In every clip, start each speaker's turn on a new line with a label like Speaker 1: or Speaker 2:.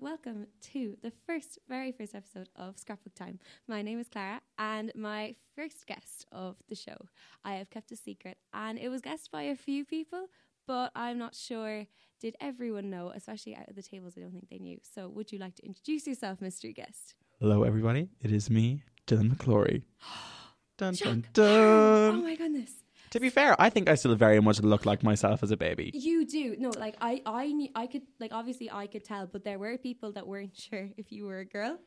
Speaker 1: welcome to the first, very first episode of Scrapbook Time. My name is Clara, and my first guest of the show, I have kept a secret, and it was guessed by a few people, but I'm not sure did everyone know, especially out of the tables, I don't think they knew. So, would you like to introduce yourself, mystery guest?
Speaker 2: Hello, everybody. It is me, Dylan McClory. dun,
Speaker 1: Jack
Speaker 2: dun,
Speaker 1: Harrow. Oh
Speaker 2: dun.
Speaker 1: my goodness.
Speaker 2: To be fair, I think I still very much look like myself as a baby.
Speaker 1: You do. No, like I I knew, I could like obviously I could tell, but there were people that weren't sure if you were a girl.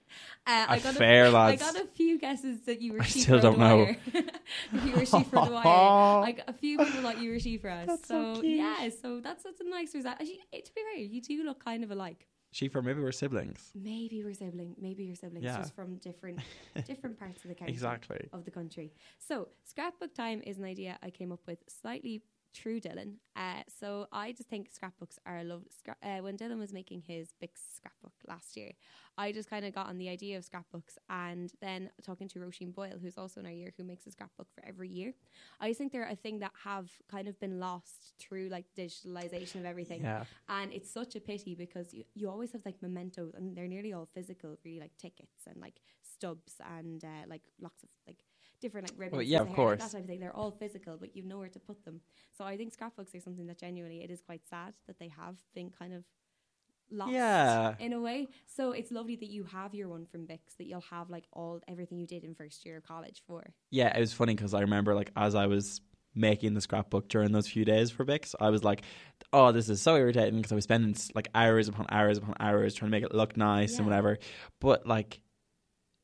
Speaker 1: Uh,
Speaker 2: Ah, fair,
Speaker 1: a, I
Speaker 2: lads.
Speaker 1: got a few guesses that you were
Speaker 2: I
Speaker 1: she
Speaker 2: still
Speaker 1: from
Speaker 2: don't
Speaker 1: the
Speaker 2: know.
Speaker 1: Wire. if you were she from the wire. I got a few people thought you were she for us.
Speaker 2: That's so cute.
Speaker 1: yeah, so that's that's a nice result. Actually, eh, to be fair, you do look kind of alike.
Speaker 2: She for maybe we're siblings.
Speaker 1: Maybe we're sibling maybe you're siblings
Speaker 2: Yeah.
Speaker 1: just from different different parts of the county
Speaker 2: Exactly.
Speaker 1: of the country. So, scrapbook time is an idea I came up with slightly through Dylan. Uh, so, I just think scrapbooks are lovely. Scra- uh, when Dylan was making his big scrapbook last year, I just kind of got on the idea of scrapbooks. And then talking to Roisin Boyle, who's also in our year, who makes a scrapbook for every year, I just think they're a thing that have kind of been lost through like digitalization of everything.
Speaker 2: Yeah.
Speaker 1: And it's such a pity because you, you always have like mementos, and they're nearly all physical, really like tickets and like stubs and uh, like lots of like different like ribbons.
Speaker 2: yeah,
Speaker 1: and hair, like
Speaker 2: of course.
Speaker 1: that type of thing. They're all physical, but you know where to put them. So I think scrapbooks are something that genuinely it is quite sad that they have been kind of lost
Speaker 2: Yeah.
Speaker 1: in a way. So it's lovely that you have your one from Bix that you'll have like all everything you did in first year of college for.
Speaker 2: Yeah, it was funny because I remember like as I was making the scrapbook during those few days for Bix, I was like, "Oh, this is so irritating" because I was spending s- like hours upon hours upon hours trying to make it look nice and
Speaker 1: Yeah.
Speaker 2: whatever. But like,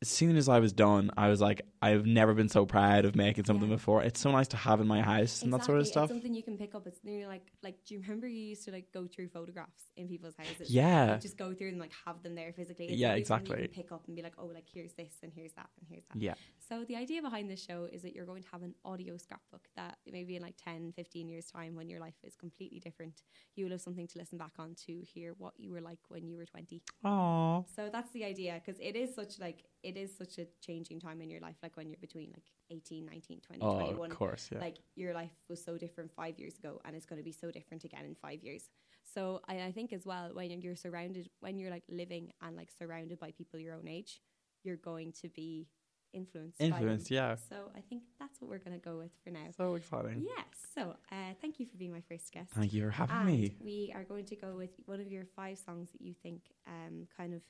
Speaker 2: as soon as I was done, I was like, "I've never been so proud of making something
Speaker 1: Yeah.
Speaker 2: before." It's so nice to have in my house and that sort of
Speaker 1: Exactly,
Speaker 2: stuff.
Speaker 1: It's something you can pick up. It's nearly like like do you remember you used to like go through photographs in people's houses?
Speaker 2: Yeah,
Speaker 1: Like, just go through and like have them there physically.
Speaker 2: Yeah,
Speaker 1: really something You
Speaker 2: exactly.
Speaker 1: can pick up and be like, oh, like here's this and here's that and here's that.
Speaker 2: yeah.
Speaker 1: So the idea behind this show is that you're going to have an audio scrapbook that maybe in like 10, 15 years time when your life is completely different, you will have something to listen back on to hear what you were like when you were 20.
Speaker 2: Aww.
Speaker 1: So that's the idea because it is such like it is such a changing time in your life like when you're between like 18, 19, 20,
Speaker 2: Oh,
Speaker 1: 21
Speaker 2: of course, yeah.
Speaker 1: like your life was so different five years ago and it's going to be so different again in five years so I, I think as well when you're surrounded when you're like living and like surrounded by people your own age you're going to be influenced
Speaker 2: Influence,
Speaker 1: by
Speaker 2: yeah.
Speaker 1: them. so i think that's what we're going to go with for now
Speaker 2: So exciting.
Speaker 1: yeah so uh, thank you for being my first guest
Speaker 2: Thank you for having
Speaker 1: and
Speaker 2: me.
Speaker 1: we are going to go with one of your five songs that you think um, kind of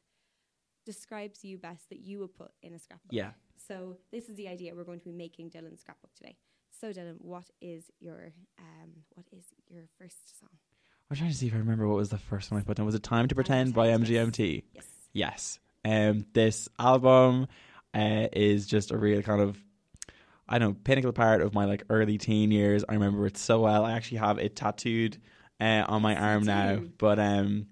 Speaker 1: describes you best that you would put in a scrapbook
Speaker 2: Yeah.
Speaker 1: so this is the idea we're going to be making Dylan's scrapbook today. So Dylan, what is your um, what is your first song?
Speaker 2: I'm trying to see if I remember what was the first one I put down. Was it Time to
Speaker 1: Time to
Speaker 2: Pretend by
Speaker 1: Pretend, yes.
Speaker 2: MGMT?
Speaker 1: Yes.
Speaker 2: Yes. Um, this album uh, is just a real kind of, I don't know, pinnacle part of my like early teen years. I remember it so well. I actually have it tattooed uh, on my
Speaker 1: Yes, you
Speaker 2: arm now.
Speaker 1: do.
Speaker 2: But um,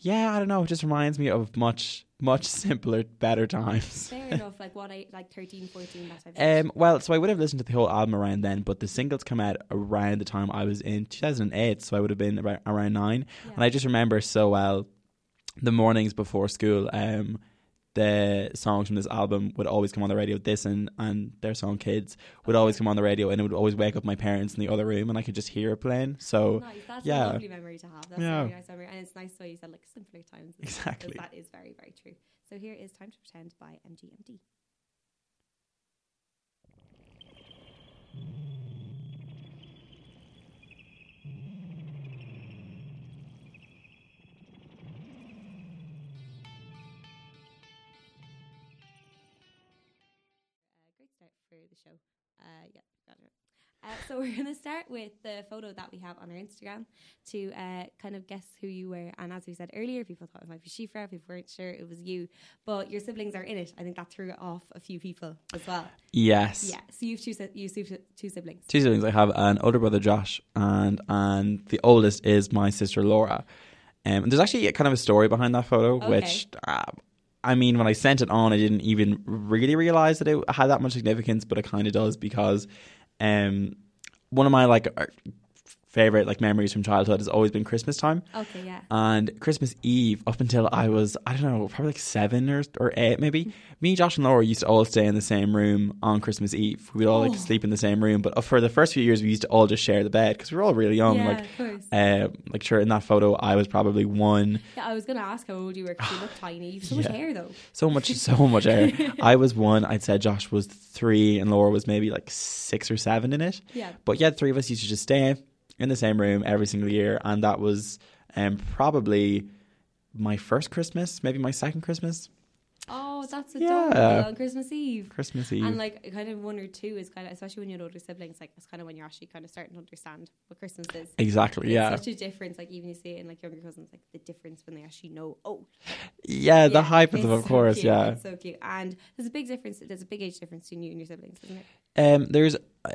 Speaker 2: yeah, I don't know. It just reminds me of much, much simpler, better times.
Speaker 1: Fair enough. Like what I like 13, 14, that type of age.
Speaker 2: Um, well, so I would have listened to the whole album around then, but the singles come out around the time I was in 2008, so I would have been about around nine.
Speaker 1: Yeah.
Speaker 2: And I just remember so well the mornings before school, um, the songs from this album would always come on the radio. This and, and their song Kids would always come on the radio, and it would always wake up my parents in the other room, and I could just hear it playing. So,
Speaker 1: Nice. That's
Speaker 2: yeah.
Speaker 1: a lovely memory to have. That's a
Speaker 2: Yeah.
Speaker 1: very nice memory, and it's nice the way you said like simpler times. as well, 'cause
Speaker 2: Exactly.
Speaker 1: That is very very true. So here is "Time to Pretend" by MGMD. Uh, great start for the show. Uh, yeah, got it. Uh, so we're going to start with the photo that we have on our Instagram to uh, kind of guess who you were. And as we said earlier, people thought it might be Shifra. People weren't sure it was you, but your siblings are in it. I think that threw off a few people as well.
Speaker 2: yes.
Speaker 1: Yeah. So you've two, si- you have two siblings.
Speaker 2: Two siblings. I have an older brother, Josh, and and the oldest is my sister, Laura. Um, and there's actually a kind of a story behind that photo,
Speaker 1: Okay.
Speaker 2: which uh, I mean, when I sent it on, I didn't even really realize that it had that much significance, but it kind of does because um, one of my like favorite like memories from childhood has always been Christmas time
Speaker 1: Okay, yeah.
Speaker 2: and Christmas Eve up until I was I don't know probably like seven or or eight maybe. Me, Josh, and Laura used to all stay in the same room on Christmas Eve. We'd all like sleep in the same room, but uh, for the first few years we used to all just share the bed because we were all really young.
Speaker 1: yeah,
Speaker 2: Um, Like,
Speaker 1: of course.
Speaker 2: uh, like sure in that photo I was probably one.
Speaker 1: Yeah, I was gonna ask how old you were because you look tiny. You have so much
Speaker 2: Yeah.
Speaker 1: hair though.
Speaker 2: So much, so much air. I was one. I'd say Josh was three, and Laura was maybe like six or seven in it.
Speaker 1: Yeah.
Speaker 2: But yeah, the three of us used to just stay in the same room every single year, and that was um, probably my first Christmas, maybe my second Christmas,
Speaker 1: Oh, that's
Speaker 2: Yeah.
Speaker 1: adorable on Christmas Eve.
Speaker 2: Christmas Eve.
Speaker 1: And like kind of one or two is kind of especially when you had older siblings, like it's kind of when you're actually kind of starting to understand what Christmas is.
Speaker 2: exactly. Yeah.
Speaker 1: It's such a difference. Like even you see it in like younger cousins, like the difference when they actually know. Oh,
Speaker 2: yeah, Uh, The
Speaker 1: yeah,
Speaker 2: hype of,
Speaker 1: it's
Speaker 2: them, of
Speaker 1: so
Speaker 2: course.
Speaker 1: cute,
Speaker 2: Yeah.
Speaker 1: it's so cute. And there's a big difference. There's a big age difference between you and your siblings, isn't it?
Speaker 2: Um, there's uh,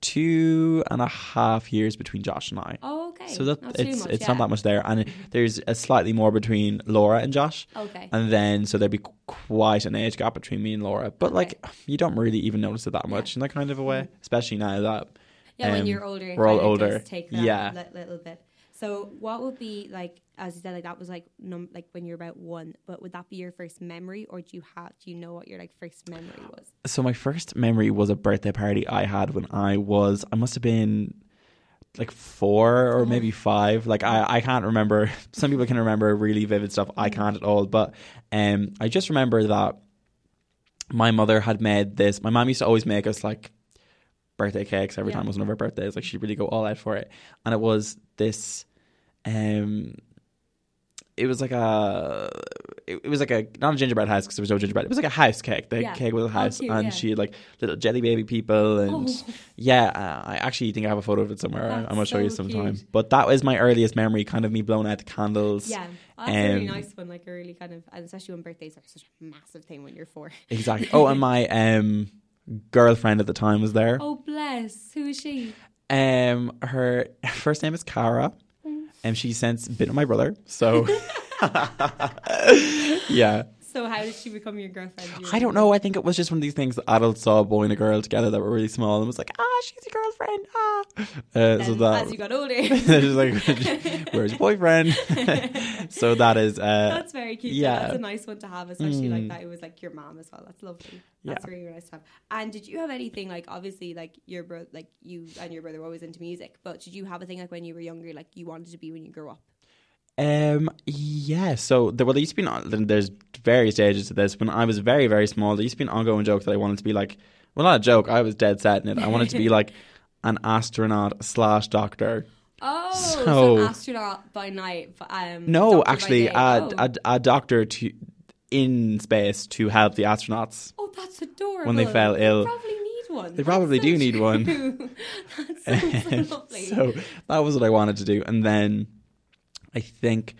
Speaker 2: two and a half years between Josh and I.
Speaker 1: Oh, okay.
Speaker 2: So that
Speaker 1: not
Speaker 2: it's
Speaker 1: too much,
Speaker 2: it's
Speaker 1: yeah.
Speaker 2: not that much there, and there's a slightly more between Laura and Josh.
Speaker 1: Okay.
Speaker 2: And then, so there'd be qu- quite an age gap between me and Laura. But like, you don't really even notice it that much in that kind of a way,
Speaker 1: Mm-hmm.
Speaker 2: especially now that.
Speaker 1: Yeah, when
Speaker 2: um,
Speaker 1: you're older, it
Speaker 2: we're all
Speaker 1: kinda
Speaker 2: older.
Speaker 1: does take that
Speaker 2: Yeah.
Speaker 1: li- little bit. So, what would be like, as you said, like that was like num- like when you're about one, but would that be your first memory, or do you have do you know what your like first memory was?
Speaker 2: So my first memory was a birthday party I had when I was, I must have been like four
Speaker 1: Oh.
Speaker 2: or maybe five. Like I, I can't remember. Some people can remember really vivid stuff.
Speaker 1: Mm.
Speaker 2: I can't at all. But um, I just remember that my mother had made this. My mom used to always make us like birthday cakes every
Speaker 1: Yeah.
Speaker 2: time it was one of her birthdays. Like she'd really go all out for it. And it was this um it was like a it, it was like a not a gingerbread house because there was no gingerbread. It was like a house cake. The
Speaker 1: Yeah.
Speaker 2: cake was a
Speaker 1: Oh,
Speaker 2: house,
Speaker 1: cute,
Speaker 2: and
Speaker 1: yeah.
Speaker 2: she had like little jelly baby people, and
Speaker 1: Oh.
Speaker 2: yeah, uh, I actually think I have a photo of it somewhere. I'm
Speaker 1: That's
Speaker 2: gonna show you
Speaker 1: so
Speaker 2: sometime.
Speaker 1: cute.
Speaker 2: But that was my earliest memory, kind of me blowing out the candles.
Speaker 1: Yeah, that's a really
Speaker 2: um,
Speaker 1: nice one. Like a really kind of, and especially when birthdays are such a massive thing when you're four.
Speaker 2: exactly. Oh, and my um girlfriend at the time was there.
Speaker 1: Oh bless, who is she?
Speaker 2: Um, her first name is Cara, and she's since been my brother. So, yeah.
Speaker 1: So how did she become your girlfriend? Do you
Speaker 2: I don't know. I think it was just one of these things that adults saw a boy and a girl together that were really small and was like, ah, she's a girlfriend. Ah. Uh, so
Speaker 1: remember? Then
Speaker 2: that.
Speaker 1: as you got older,
Speaker 2: Just like, where's your boyfriend? so that is. Uh,
Speaker 1: That's very cute.
Speaker 2: yeah. Mm.
Speaker 1: Yeah. That's a nice one to have, especially like that. It was like your mom as well. That's lovely. That's
Speaker 2: Yeah.
Speaker 1: really nice to have. And did you have anything like obviously like your brother, like you and your brother were always into music, but did you have a thing like when you were younger, like you wanted to be when you grew up?
Speaker 2: Um. Yeah. So there, well, there used to be an, there's various stages to this. When I was very very small, there used to be an ongoing joke that I wanted to be like, well, not a joke. I was dead set in it. I wanted to be like an astronaut slash doctor.
Speaker 1: Oh, so,
Speaker 2: So-
Speaker 1: astronaut by night. but, Um,
Speaker 2: No,
Speaker 1: doctor by
Speaker 2: actually,
Speaker 1: day.
Speaker 2: a,
Speaker 1: oh.
Speaker 2: a a doctor to in space to help the astronauts.
Speaker 1: Oh, that's adorable.
Speaker 2: when they fell ill.
Speaker 1: they probably need one. They
Speaker 2: probably do need one.
Speaker 1: that's so, so lovely.
Speaker 2: so that was what I wanted to do. And then I think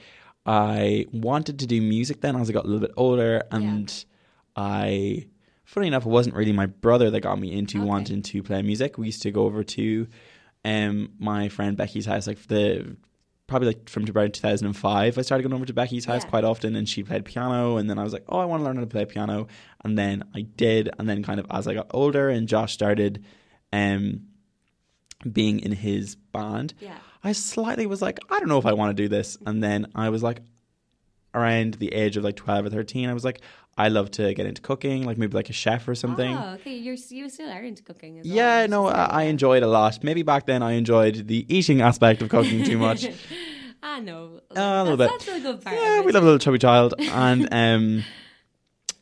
Speaker 2: I wanted to do music then as I got a little bit older. And I, funny enough, it wasn't really my brother that got me into
Speaker 1: Okay.
Speaker 2: wanting to play music. We used to go over to um, my friend Becky's house, like the. Probably like from around 2005, I started going over to Becky's house
Speaker 1: Yeah.
Speaker 2: quite often, and she played piano. And then I was like, "Oh, I want to learn how to play piano." And then I did. And then, kind of as I got older, and Josh started um, being in his band,
Speaker 1: yeah.
Speaker 2: I slightly was like, I don't know if I want to do this. And then I was like, around the age of like 12 or 13, I was like, I love to get into cooking, like maybe like a chef or something.
Speaker 1: Oh, okay. You're you still are into cooking as well.
Speaker 2: Yeah,
Speaker 1: It's
Speaker 2: no,
Speaker 1: just
Speaker 2: I,
Speaker 1: like,
Speaker 2: I
Speaker 1: yeah.
Speaker 2: enjoyed a lot. Maybe back then I enjoyed the eating aspect of cooking too much. Uh,
Speaker 1: I know.
Speaker 2: a little
Speaker 1: that's,
Speaker 2: bit.
Speaker 1: That's a good part.
Speaker 2: yeah,
Speaker 1: of
Speaker 2: we
Speaker 1: it.
Speaker 2: love a little chubby child. And um,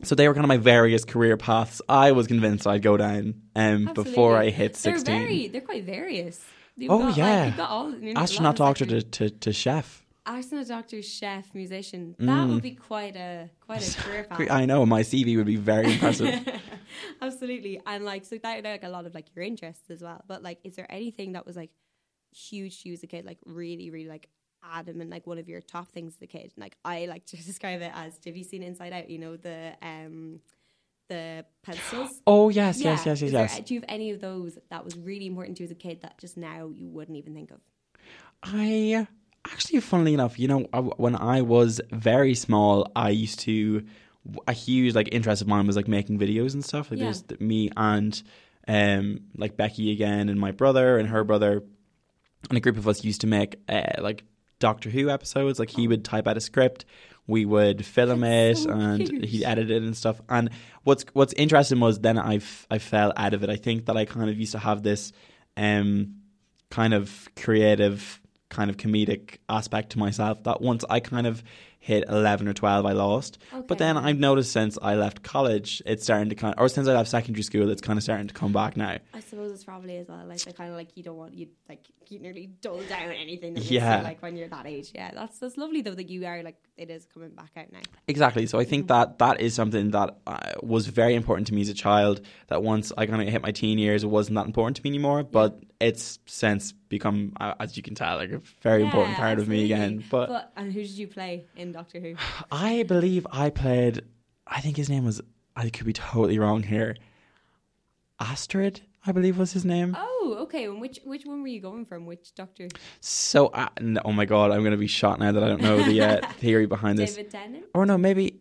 Speaker 2: so they were kind of my various career paths. I was convinced I'd go down um,
Speaker 1: Absolutely.
Speaker 2: before I hit 16.
Speaker 1: They're very, they're quite various. You've
Speaker 2: Oh,
Speaker 1: got, like,
Speaker 2: yeah.
Speaker 1: you've got all, I mean, a lot
Speaker 2: Astronaut
Speaker 1: of
Speaker 2: doctor
Speaker 1: sectors.
Speaker 2: to, to, to chef.
Speaker 1: astronaut doctor, chef, musician. That would be quite a quite a career path.
Speaker 2: Mm. I know my CV would be very impressive.
Speaker 1: Absolutely, and like so that like a lot of like your interests as well. But like, is there anything that was like huge to you as a kid, like really, really like adamant, like one of your top things as a kid? Like I like to describe it as have you seen Inside Out? You know the um the pencils.
Speaker 2: Oh yes, yes,
Speaker 1: Yeah.
Speaker 2: yes, yes,
Speaker 1: Is there-
Speaker 2: yes.
Speaker 1: do you have any of those that was really important to you as a kid that just now you wouldn't even think of?
Speaker 2: I actually, funnily enough, you know, I, when I was very small, I used to a huge like interest of mine was like making videos and stuff. Like
Speaker 1: Yeah.
Speaker 2: there's th- me and um like Becky again and my brother and her brother and a group of us used to make uh, like Doctor Who episodes. Like he would type out a script, we would film
Speaker 1: Oh. That's
Speaker 2: it,
Speaker 1: so
Speaker 2: and
Speaker 1: cute.
Speaker 2: he edited it and stuff. And what's what's interesting was then I f- I fell out of it. I think that I kind of used to have this um kind of creative kind of comedic aspect to myself that once I kind of hit 11 or 12 I lost but then I've noticed since I left college it's starting to kind of, or since I left secondary school it's kind of starting to come back now
Speaker 1: I suppose it's probably as well. Like they kind of like you don't want you like you nearly dull down anything. That makes
Speaker 2: makes you, Yeah.
Speaker 1: like when you're that age. Yeah, that's that's lovely though that you are like it is coming back out now.
Speaker 2: Exactly. So I think
Speaker 1: Mm-hmm.
Speaker 2: that that is something that uh, was very important to me as a child. That once I kind of hit my teen years, it wasn't that important to me anymore. But it's since become, uh, as you can tell, like a very important
Speaker 1: Yeah,
Speaker 2: part of me
Speaker 1: absolutely.
Speaker 2: again. But,
Speaker 1: and who did you play in Doctor Who?
Speaker 2: I believe I played. I think his name was. I could be totally wrong here. Astrid, I believe was his name.
Speaker 1: Oh, okay. And which which one were you going from? Which Doctor?
Speaker 2: So, uh, no, oh my god, I'm gonna be shot now that I don't know the uh, theory behind this.
Speaker 1: David Tennant.
Speaker 2: Or no, maybe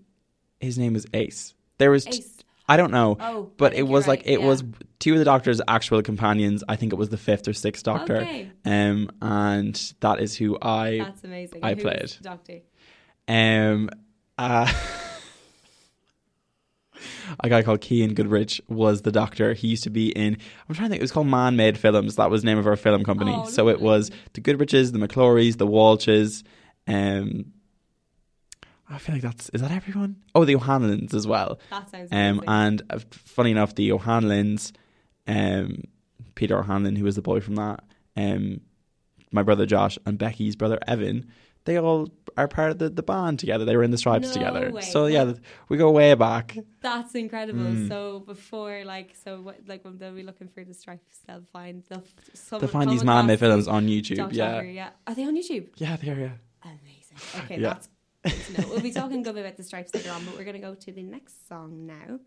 Speaker 2: his name was Ace. There was. t-
Speaker 1: Ace.
Speaker 2: I don't know.
Speaker 1: Oh, I
Speaker 2: but
Speaker 1: think
Speaker 2: it
Speaker 1: you're
Speaker 2: was like
Speaker 1: right,
Speaker 2: it
Speaker 1: yeah.
Speaker 2: was two of the doctor's actual companions i think it was the fifth or sixth doctor
Speaker 1: Okay.
Speaker 2: um and that is who i
Speaker 1: That's amazing.
Speaker 2: I
Speaker 1: And who was
Speaker 2: played.
Speaker 1: the Doctor.
Speaker 2: um uh A guy called Kean Goodrich was the doctor. He used to be in, I'm trying to think, it was called Man Made Films. That was the name of our film company.
Speaker 1: Oh,
Speaker 2: so it
Speaker 1: lovely.
Speaker 2: was the Goodriches, the McClorys, the Walshes. Um, I feel like that's, is that everyone? Oh, the O'Hanlons as well.
Speaker 1: That sounds amazing.
Speaker 2: Um, and uh, funny enough, the O'Hanlons, um, Peter O'Hanlon, who was the boy from that, um, my brother Josh and Becky's brother Evan, they all are part of the, the band together. They were in the Stripes
Speaker 1: No
Speaker 2: together.
Speaker 1: way.
Speaker 2: So yeah, th- we go way back.
Speaker 1: That's incredible.
Speaker 2: Mm.
Speaker 1: So before, like, so what, like when they'll be looking for the stripes, they'll find they'll, f-
Speaker 2: They
Speaker 1: someone
Speaker 2: find
Speaker 1: come
Speaker 2: these man-made
Speaker 1: across
Speaker 2: films on YouTube.
Speaker 1: Doctor
Speaker 2: yeah,
Speaker 1: Who, yeah. Are they on YouTube?
Speaker 2: yeah, they are. Yeah.
Speaker 1: Amazing. Okay,
Speaker 2: Yeah.
Speaker 1: that's good to know. We'll be talking a bit about the stripes later on, but we're going to go to the next song now.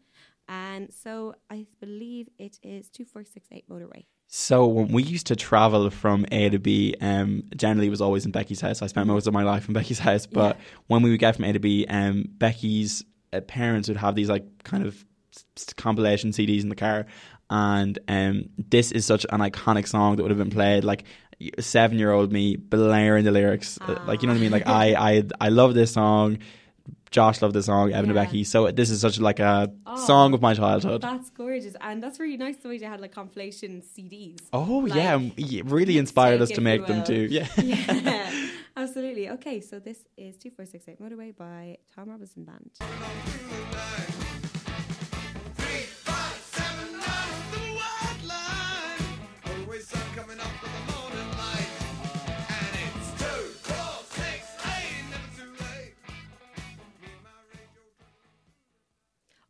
Speaker 1: And so I believe it is 2468 Motorway.
Speaker 2: So when we used to travel from A to B, um, generally it was always in Becky's house. I spent most of my life in Becky's house, but
Speaker 1: Yeah.
Speaker 2: when we would get from A to B, um, Becky's uh, parents would have these like kind of s- s- compilation CDs in the car, and um, this is such an iconic song that would have been played like seven year old me blaring the lyrics, uh, like you know what I mean. Like I, I, I love this song. Josh loved this song, Evan
Speaker 1: Ah. Yeah.
Speaker 2: and Becky. So this is such like a
Speaker 1: Oh.
Speaker 2: song of my childhood.
Speaker 1: That's gorgeous. And that's really nice the way they had like compilation CDs.
Speaker 2: Oh yeah,
Speaker 1: Like,
Speaker 2: um, y- really
Speaker 1: mixtape,
Speaker 2: inspired us to
Speaker 1: if
Speaker 2: make
Speaker 1: you
Speaker 2: them
Speaker 1: will.
Speaker 2: too. Yeah.
Speaker 1: yeah, absolutely. Okay, so this is 2468 Motorway by Tom Robinson Band.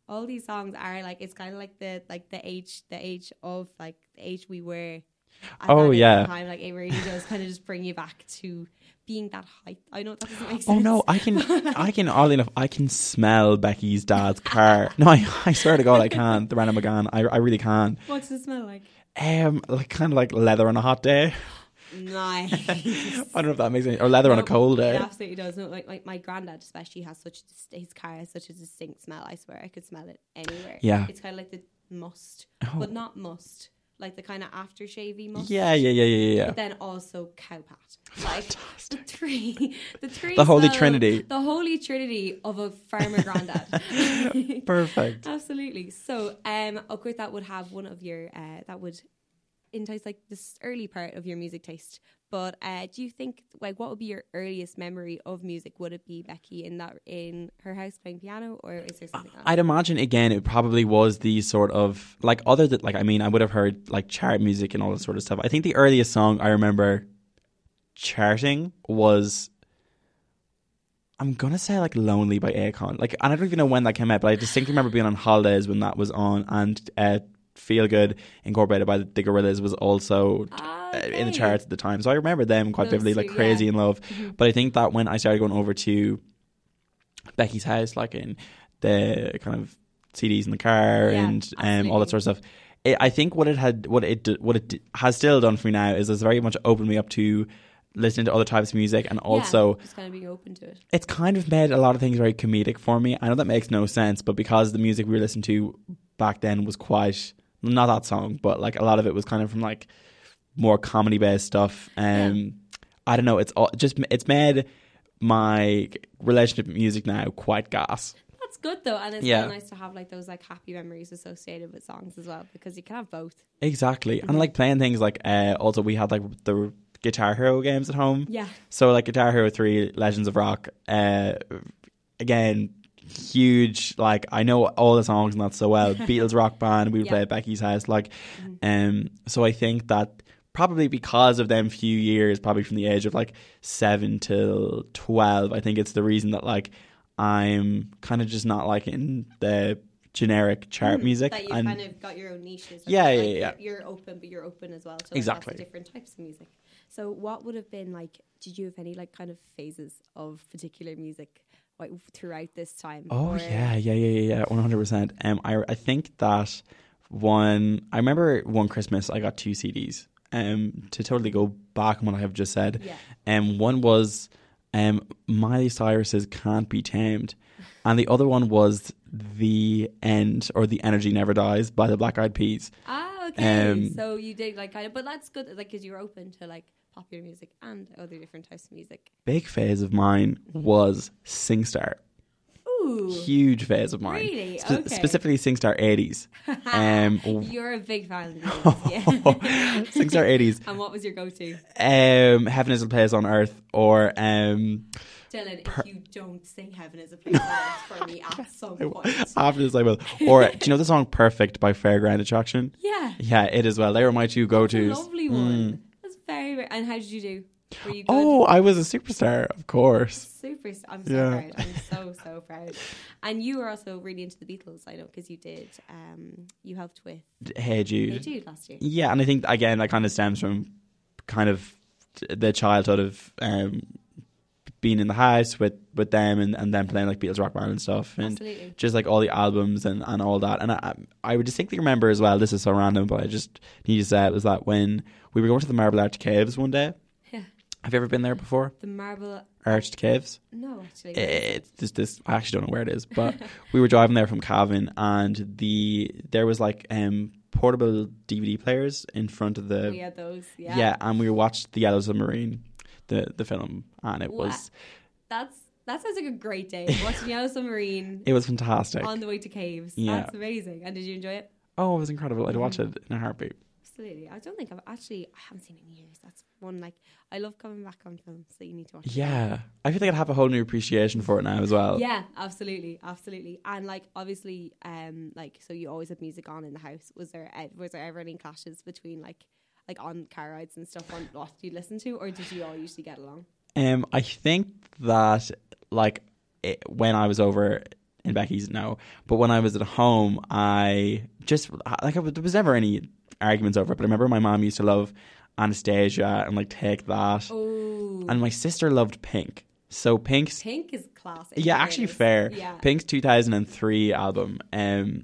Speaker 1: all these songs are like it's kind of like the like the age the age of like the age we were at
Speaker 2: Oh,
Speaker 1: that age
Speaker 2: yeah.
Speaker 1: and time like it really does kind of just bring you back to being that height i know that doesn't make sense
Speaker 2: Oh no, I can, I can. Oddly enough, I can smell Becky's dad's car. No, I, I swear to God, I can't. The Renault Megane, I, I really can't.
Speaker 1: what's it smell like
Speaker 2: Um, like kind of like leather on a hot day.
Speaker 1: nice
Speaker 2: I don't know if that makes any, or leather on a
Speaker 1: No,
Speaker 2: cold day.
Speaker 1: It absolutely does. No, like, like my granddad especially has such dis- his car has such a distinct smell. I swear I could smell it anywhere.
Speaker 2: Yeah.
Speaker 1: it's kind of like the must,
Speaker 2: Oh.
Speaker 1: but not must, like the kind of aftershavey must.
Speaker 2: Yeah, yeah, yeah, yeah, yeah.
Speaker 1: But then also cow pat. Like the three, the three,
Speaker 2: The Holy
Speaker 1: smell-
Speaker 2: Trinity.
Speaker 1: the holy trinity of a farmer granddad.
Speaker 2: Perfect.
Speaker 1: Absolutely. So, um, of course, that would have one of your uh, that would entice like this early part of your music taste. But uh, do you think like what would be your earliest memory of music? Would it be Becky in that in her house playing piano, or is there something else?
Speaker 2: I'd imagine again it probably was the sort of like other than like I mean I would have heard like chart music and all that sort of stuff. I think the earliest song I remember charting was I'm gonna say like Lonely by Akon. Like and I don't even know when that came out, but I distinctly remember being on holidays when that was on and uh Feel Good Incorporated by the Gorillas was also uh, in the charts at the time. So I remember them quite
Speaker 1: Those
Speaker 2: vividly,
Speaker 1: two,
Speaker 2: like
Speaker 1: yeah. Mm-hmm.
Speaker 2: crazy in love. But I think that when I started going over to Becky's house, like in the kind of CDs in the car
Speaker 1: Yeah,
Speaker 2: and um,
Speaker 1: absolutely.
Speaker 2: all that sort of stuff. It, I think what it had, what it, d- what it d- has still done for me now is it's very much opened me up to listening to other types of music and also
Speaker 1: just kind of being open to it.
Speaker 2: it's kind of made a lot of things very comedic for me. I know that makes no sense, but because the music we were listening to back then was quite not that song, but like a lot of it was kind of from like more comedy based stuff. Um, I don't know. It's all, just it's made my relationship with music now quite gas.
Speaker 1: That's good though, and it's
Speaker 2: Yeah.
Speaker 1: really nice to have like those like happy memories associated with songs as well because you can have both.
Speaker 2: Exactly, and like playing things like uh, also we had like the Guitar Hero games at home.
Speaker 1: Yeah,
Speaker 2: So like Guitar Hero 3, Legends of Rock, uh again, huge like I know all the songs and that so well. Beatles rock band, we would
Speaker 1: Yeah. Mm-hmm.
Speaker 2: play at Becky's house, like um so I think that probably because of them few years, probably from the age of like seven till twelve, I think it's the reason that like I'm kind of just not like in the generic chart music.
Speaker 1: Hmm, that you
Speaker 2: and
Speaker 1: kind of got your own niches.
Speaker 2: Yeah, yeah,
Speaker 1: like,
Speaker 2: yeah.
Speaker 1: You're, you're open, but you're open as well to lots of
Speaker 2: Exactly.
Speaker 1: different types of music. So, what would have been like? Did you have any like kind of phases of particular music like throughout this time?
Speaker 2: Oh
Speaker 1: Or-
Speaker 2: yeah, yeah, yeah, yeah, yeah, one hundred percent. Um, I I think that one. I remember one Christmas I got two CDs. Um, to totally go back on what I have just said.
Speaker 1: Yeah.
Speaker 2: Um, one was um Miley Cyrus's "Can't Be Tamed," and the other one was "The End" or "The Energy Never Dies" by the Black Eyed Peas.
Speaker 1: Ah, okay.
Speaker 2: Um,
Speaker 1: so you did like kind of, but that's good. Like, because you're open to like popular music and other different types of music.
Speaker 2: Big phase of mine was SingStar.
Speaker 1: Ooh,
Speaker 2: Huge phase of mine.
Speaker 1: Really?
Speaker 2: Spe-
Speaker 1: Okay.
Speaker 2: Specifically SingStar 80s. Um,
Speaker 1: you're a big fan. Of these, yeah.
Speaker 2: SingStar 80s.
Speaker 1: and what was your go-to,
Speaker 2: um, Heaven is a Place on Earth or um,
Speaker 1: Dylan? If you don't sing "Heaven Is a Place on Earth" for me at some point,
Speaker 2: after this I will. Or do you know the song Perfect by Fairground Attraction?
Speaker 1: yeah.
Speaker 2: Yeah, it is well. They were my two go
Speaker 1: That's a
Speaker 2: tos.
Speaker 1: lovely one. That's very rare. And how did you do? Were you good?
Speaker 2: Oh, I was a superstar, of course.
Speaker 1: Super. s- I'm so
Speaker 2: Yeah.
Speaker 1: proud. I'm so, so proud. And you were also really into the Beatles, I know, because you did, um, you helped with
Speaker 2: Hey Jude.
Speaker 1: Hey Jude last year.
Speaker 2: Yeah, and I think again that kind of stems from kind of the childhood of um, being in the house with, with them and, and then playing like Beatles Rock Band and stuff and
Speaker 1: Absolutely.
Speaker 2: just like all the albums and, and all that. And I I I distinctly remember as well. This is so random, but I just need to say it was that when we were going to the Marble Arch Caves one day.
Speaker 1: Yeah.
Speaker 2: Have you ever been there before?
Speaker 1: The Marble.
Speaker 2: Arched Caves.
Speaker 1: No, actually.
Speaker 2: It's just this. I actually don't know where it is, but we were driving there from Cavan, and the there was like um portable DVD players in front of the
Speaker 1: we had those. Yeah.
Speaker 2: yeah. and we watched The Yellow Submarine, the the film, and it
Speaker 1: Wow.
Speaker 2: was
Speaker 1: That's, that sounds like a great day. Watching Yellow Submarine
Speaker 2: it was fantastic.
Speaker 1: on the way to caves.
Speaker 2: Yeah.
Speaker 1: That's amazing. And did you enjoy it?
Speaker 2: oh, it was incredible. I'd watch
Speaker 1: Mm-hmm.
Speaker 2: it in a heartbeat.
Speaker 1: Absolutely. I don't think I've actually, I haven't seen it in years. That's one, like, I love coming back on films, so you need to watch it.
Speaker 2: Yeah, I feel like I'd have a whole new appreciation for it now as well.
Speaker 1: yeah absolutely absolutely and like obviously um like so you always have music on in the house was there e- was there ever any clashes between like like on car rides and stuff on what you listen to or did you all usually get along
Speaker 2: Um, I think that like it, when I was over in Becky's, no, but when I was at home, I just like I, was- there was never any arguments over it. But I remember my mom used to love Anastasia and like take that,
Speaker 1: oh
Speaker 2: and my sister loved Pink. So Pink's
Speaker 1: pink is classic
Speaker 2: yeah, actually
Speaker 1: It is.
Speaker 2: fair.
Speaker 1: yeah
Speaker 2: Pink's 2003 album um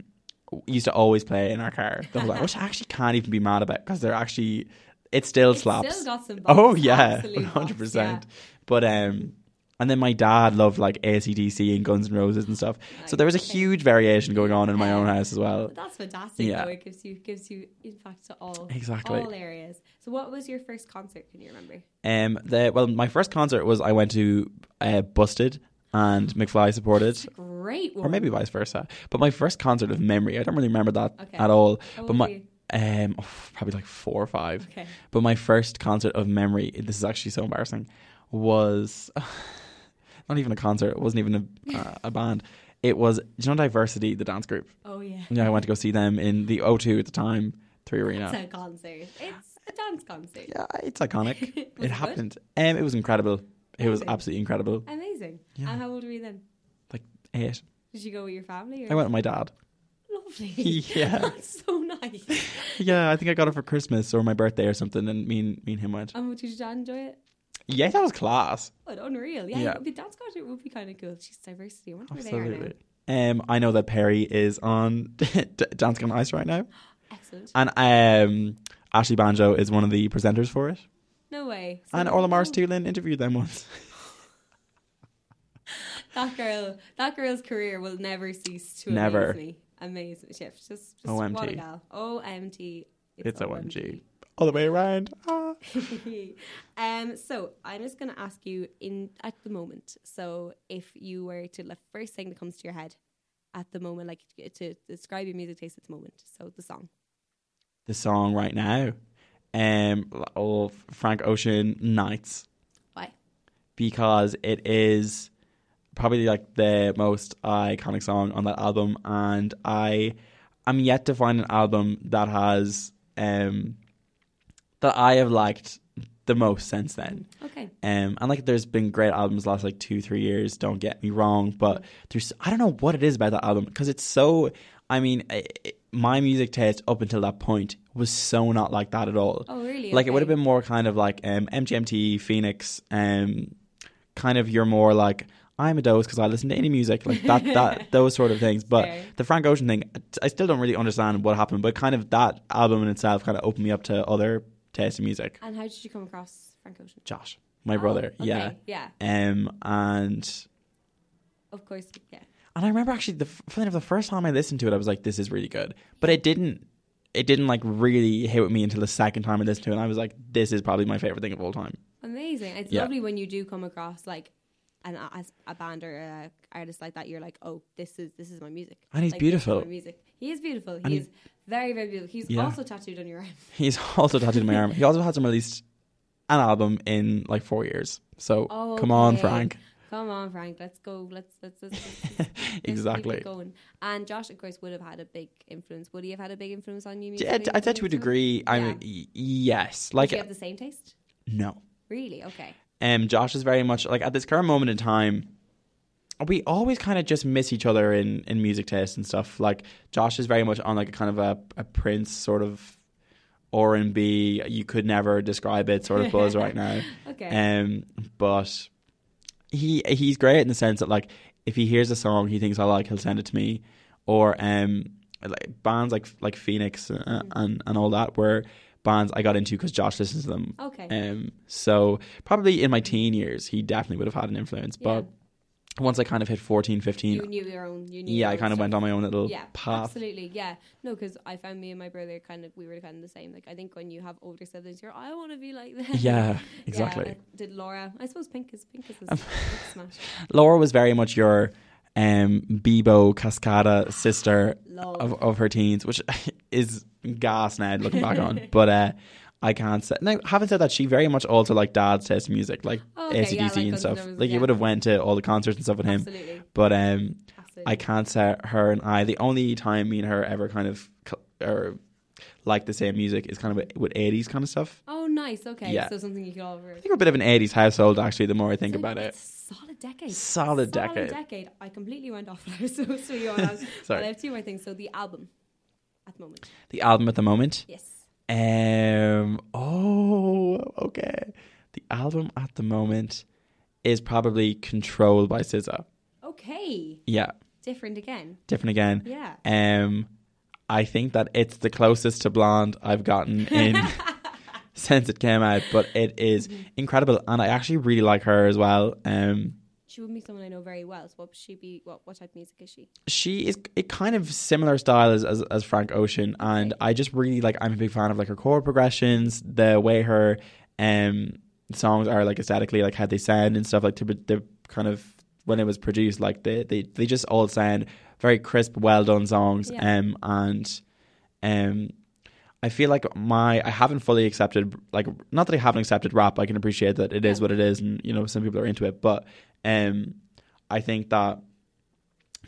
Speaker 2: used to always play in our car, the whole lot, which I actually can't even be mad about because they're actually it still
Speaker 1: It's
Speaker 2: slaps.
Speaker 1: still got some bops,
Speaker 2: Oh yeah,
Speaker 1: absolute
Speaker 2: one
Speaker 1: bops,
Speaker 2: hundred percent.
Speaker 1: yeah.
Speaker 2: But um, and then my dad loved like ACDC and Guns N' Roses and stuff. So there was a
Speaker 1: Nice.
Speaker 2: huge variation going on in my own house as well.
Speaker 1: But that's fantastic
Speaker 2: Yeah.
Speaker 1: though it gives you gives you impact to all
Speaker 2: Exactly.
Speaker 1: all areas so what was your first concert can you remember
Speaker 2: Um, the well, my first concert was I went to uh, Busted and McFly supported.
Speaker 1: great one
Speaker 2: Or maybe vice versa. But my first concert of memory, I don't really remember that
Speaker 1: Okay.
Speaker 2: at all.
Speaker 1: How
Speaker 2: but
Speaker 1: old
Speaker 2: my
Speaker 1: were you?
Speaker 2: um, oh, probably like four or five.
Speaker 1: okay
Speaker 2: But my first concert of memory, this is actually so embarrassing, was not even a concert. It wasn't even a, uh, a band. It was, do you know Diversity, the dance group?
Speaker 1: oh yeah
Speaker 2: Yeah, I went to go see them in the O2 at the time, 3
Speaker 1: it's
Speaker 2: Arena.
Speaker 1: a concert it's a dance concert
Speaker 2: Yeah, it's iconic.
Speaker 1: Was
Speaker 2: it
Speaker 1: good?
Speaker 2: happened. Um, it was incredible. It was
Speaker 1: Amazing.
Speaker 2: absolutely incredible.
Speaker 1: Amazing.
Speaker 2: Yeah.
Speaker 1: And how old were you then?
Speaker 2: It.
Speaker 1: Did you go with your family? Or?
Speaker 2: I went with my dad.
Speaker 1: Lovely.
Speaker 2: Yeah.
Speaker 1: That's so nice.
Speaker 2: Yeah, I think I got it for Christmas or my birthday or something, and me and, me and him went.
Speaker 1: And did your dad enjoy it?
Speaker 2: Yeah, that was class.
Speaker 1: What unreal. Yeah.
Speaker 2: Yeah.
Speaker 1: The dance concert would be kind of cool. She's diversity. I wonder where they are
Speaker 2: Absolutely. Um, I know that Perry is on D- Dancing on Ice right now.
Speaker 1: now. Excellent.
Speaker 2: And um, Ashley Banjo is one of the presenters for it.
Speaker 1: No way.
Speaker 2: And
Speaker 1: So-
Speaker 2: Orla Mars
Speaker 1: oh,
Speaker 2: Tulin interviewed them once.
Speaker 1: That girl. That girl's career will never cease to
Speaker 2: Never.
Speaker 1: amaze me. Amaze me. Shift. Just, just
Speaker 2: OMT.
Speaker 1: what a gal. OMT.
Speaker 2: It's OMG. all the way around. Ah.
Speaker 1: um, so I'm just going to ask you in at the moment. So if you were to the first thing that comes to your head at the moment, like to describe your music taste at the moment. So the song.
Speaker 2: The song right now, um, oh, Frank Ocean Nights,
Speaker 1: Why?
Speaker 2: because it is probably like the most iconic song on that album, and I am yet to find an album that has um that I have liked the most since then.
Speaker 1: Okay.
Speaker 2: Um, and like, there's been great albums the last like two, three years. Don't get me wrong, but there's I don't know what it is about that album because it's so. I mean, i i my music taste up until that point was so not like that at all.
Speaker 1: Oh, really?
Speaker 2: Like it would have
Speaker 1: Okay.
Speaker 2: been more kind of like um, MGMT, Phoenix, um, kind of you're more like I'm a dose because I listen to indie music, like that, that those sort of things. But
Speaker 1: Fair.
Speaker 2: the Frank Ocean thing, I still don't really understand what happened, but kind of that album in itself kind of opened me up to other tastes in music.
Speaker 1: And how did you come across Frank Ocean?
Speaker 2: Josh, my brother,
Speaker 1: Oh,
Speaker 2: yeah.
Speaker 1: okay, Yeah.
Speaker 2: Um, and
Speaker 1: Of course. Yeah.
Speaker 2: and I remember actually the funny enough, the first time I listened to it, I was like, "This is really good," but it didn't. It didn't like really hit with me until the second time I listened to it. and I was like, "This is probably my favorite thing of all time."
Speaker 1: Amazing. It's
Speaker 2: Yeah.
Speaker 1: lovely when you do come across like an a- as a band or a artist like that. You're like, oh, this is this is my music.
Speaker 2: And he's
Speaker 1: Like, this is
Speaker 2: beautiful.
Speaker 1: my music. He is beautiful.
Speaker 2: And
Speaker 1: He is very very beautiful. He's
Speaker 2: Yeah.
Speaker 1: also tattooed on your arm.
Speaker 2: He's also tattooed my arm. He also hasn't released an album in like four years. So
Speaker 1: Oh,
Speaker 2: come on,
Speaker 1: okay.
Speaker 2: Frank.
Speaker 1: Come on, Frank. Let's go. Let's let's, let's, let's, let's keep it
Speaker 2: exactly.
Speaker 1: going. And Josh, of course, would have had a big influence. Would he have had a big influence on you? musically,
Speaker 2: Yeah, I
Speaker 1: do you
Speaker 2: said to a
Speaker 1: think so?
Speaker 2: degree. I mean, y- yes, like
Speaker 1: Did you have the same taste?
Speaker 2: no.
Speaker 1: Really? Okay.
Speaker 2: um, Josh is very much like at this current moment in time, we always kind of just miss each other in in music tastes and stuff. Like Josh is very much on like a kind of a, a Prince sort of R and B. You could never describe it sort of buzz right now.
Speaker 1: Okay.
Speaker 2: Um, but he he's great in the sense that like if he hears a song he thinks I like, he'll send it to me. Or um, like bands like like Phoenix uh, and and all that were bands I got into because Josh listens to them.
Speaker 1: okay.
Speaker 2: Um, so probably in my teen years, he definitely would have had an influence.
Speaker 1: Yeah.
Speaker 2: But once I kind of hit 14, 15,
Speaker 1: you knew your own. You knew
Speaker 2: yeah,
Speaker 1: your
Speaker 2: I
Speaker 1: own
Speaker 2: kind of
Speaker 1: stuff.
Speaker 2: went on my own little
Speaker 1: yeah,
Speaker 2: path.
Speaker 1: absolutely. Yeah, no, because I found me and my brother kind of we were kind of the same. Like I think when you have older siblings, you're I want to be like that.
Speaker 2: Yeah,
Speaker 1: Yeah,
Speaker 2: exactly. Um,
Speaker 1: like, did Laura? I suppose Pink is Pink is a smash.
Speaker 2: Laura was very much your um, Bebo Cascada sister
Speaker 1: Love.
Speaker 2: of, of her teens, which is gas now looking back on. But uh, I can't say. Now, having said that, she very much also like dad's taste in music, like
Speaker 1: Oh, okay,
Speaker 2: ACDC
Speaker 1: yeah, like
Speaker 2: and
Speaker 1: Guns
Speaker 2: stuff.
Speaker 1: N' Roses,
Speaker 2: like you
Speaker 1: yeah.
Speaker 2: would have went to all the concerts and stuff with him.
Speaker 1: Absolutely,
Speaker 2: But um,
Speaker 1: absolutely.
Speaker 2: I can't say her and I. The only time me and her ever kind of cl- or like the same music is kind of with eighties kind of stuff.
Speaker 1: oh, nice. Okay,
Speaker 2: Yeah.
Speaker 1: so something you could all over.
Speaker 2: I think we're a bit of an eighties household actually. The more I think about it,
Speaker 1: Solid decade.
Speaker 2: Solid decade.
Speaker 1: decade. I completely went off there. So so you on.
Speaker 2: Sorry.
Speaker 1: I have two more things. So the album, at the moment.
Speaker 2: the album at the moment.
Speaker 1: Yes.
Speaker 2: Um. Oh, okay. The album at the moment is probably "Control" by SZA.
Speaker 1: Okay.
Speaker 2: Yeah,
Speaker 1: Different again.
Speaker 2: different again.
Speaker 1: Yeah.
Speaker 2: Um, I think that it's the closest to blonde I've gotten in since it came out, but it is incredible, and I actually really like her as well. Um,
Speaker 1: She would be someone I know very well. So what would she be? What what type of music is she?
Speaker 2: she is a kind of similar style as, as, as Frank Ocean, and I just really like. I'm a big fan of like her chord progressions, the way her um songs are like aesthetically, like how they sound and stuff. Like to the kind of when it was produced, like they they, they just all sound very crisp, well done songs.
Speaker 1: Yeah.
Speaker 2: Um and um. I feel like my I haven't fully accepted like not that I haven't accepted rap. I can appreciate that it is
Speaker 1: Yeah.
Speaker 2: what it is, and you know some people are into it. But um, I think that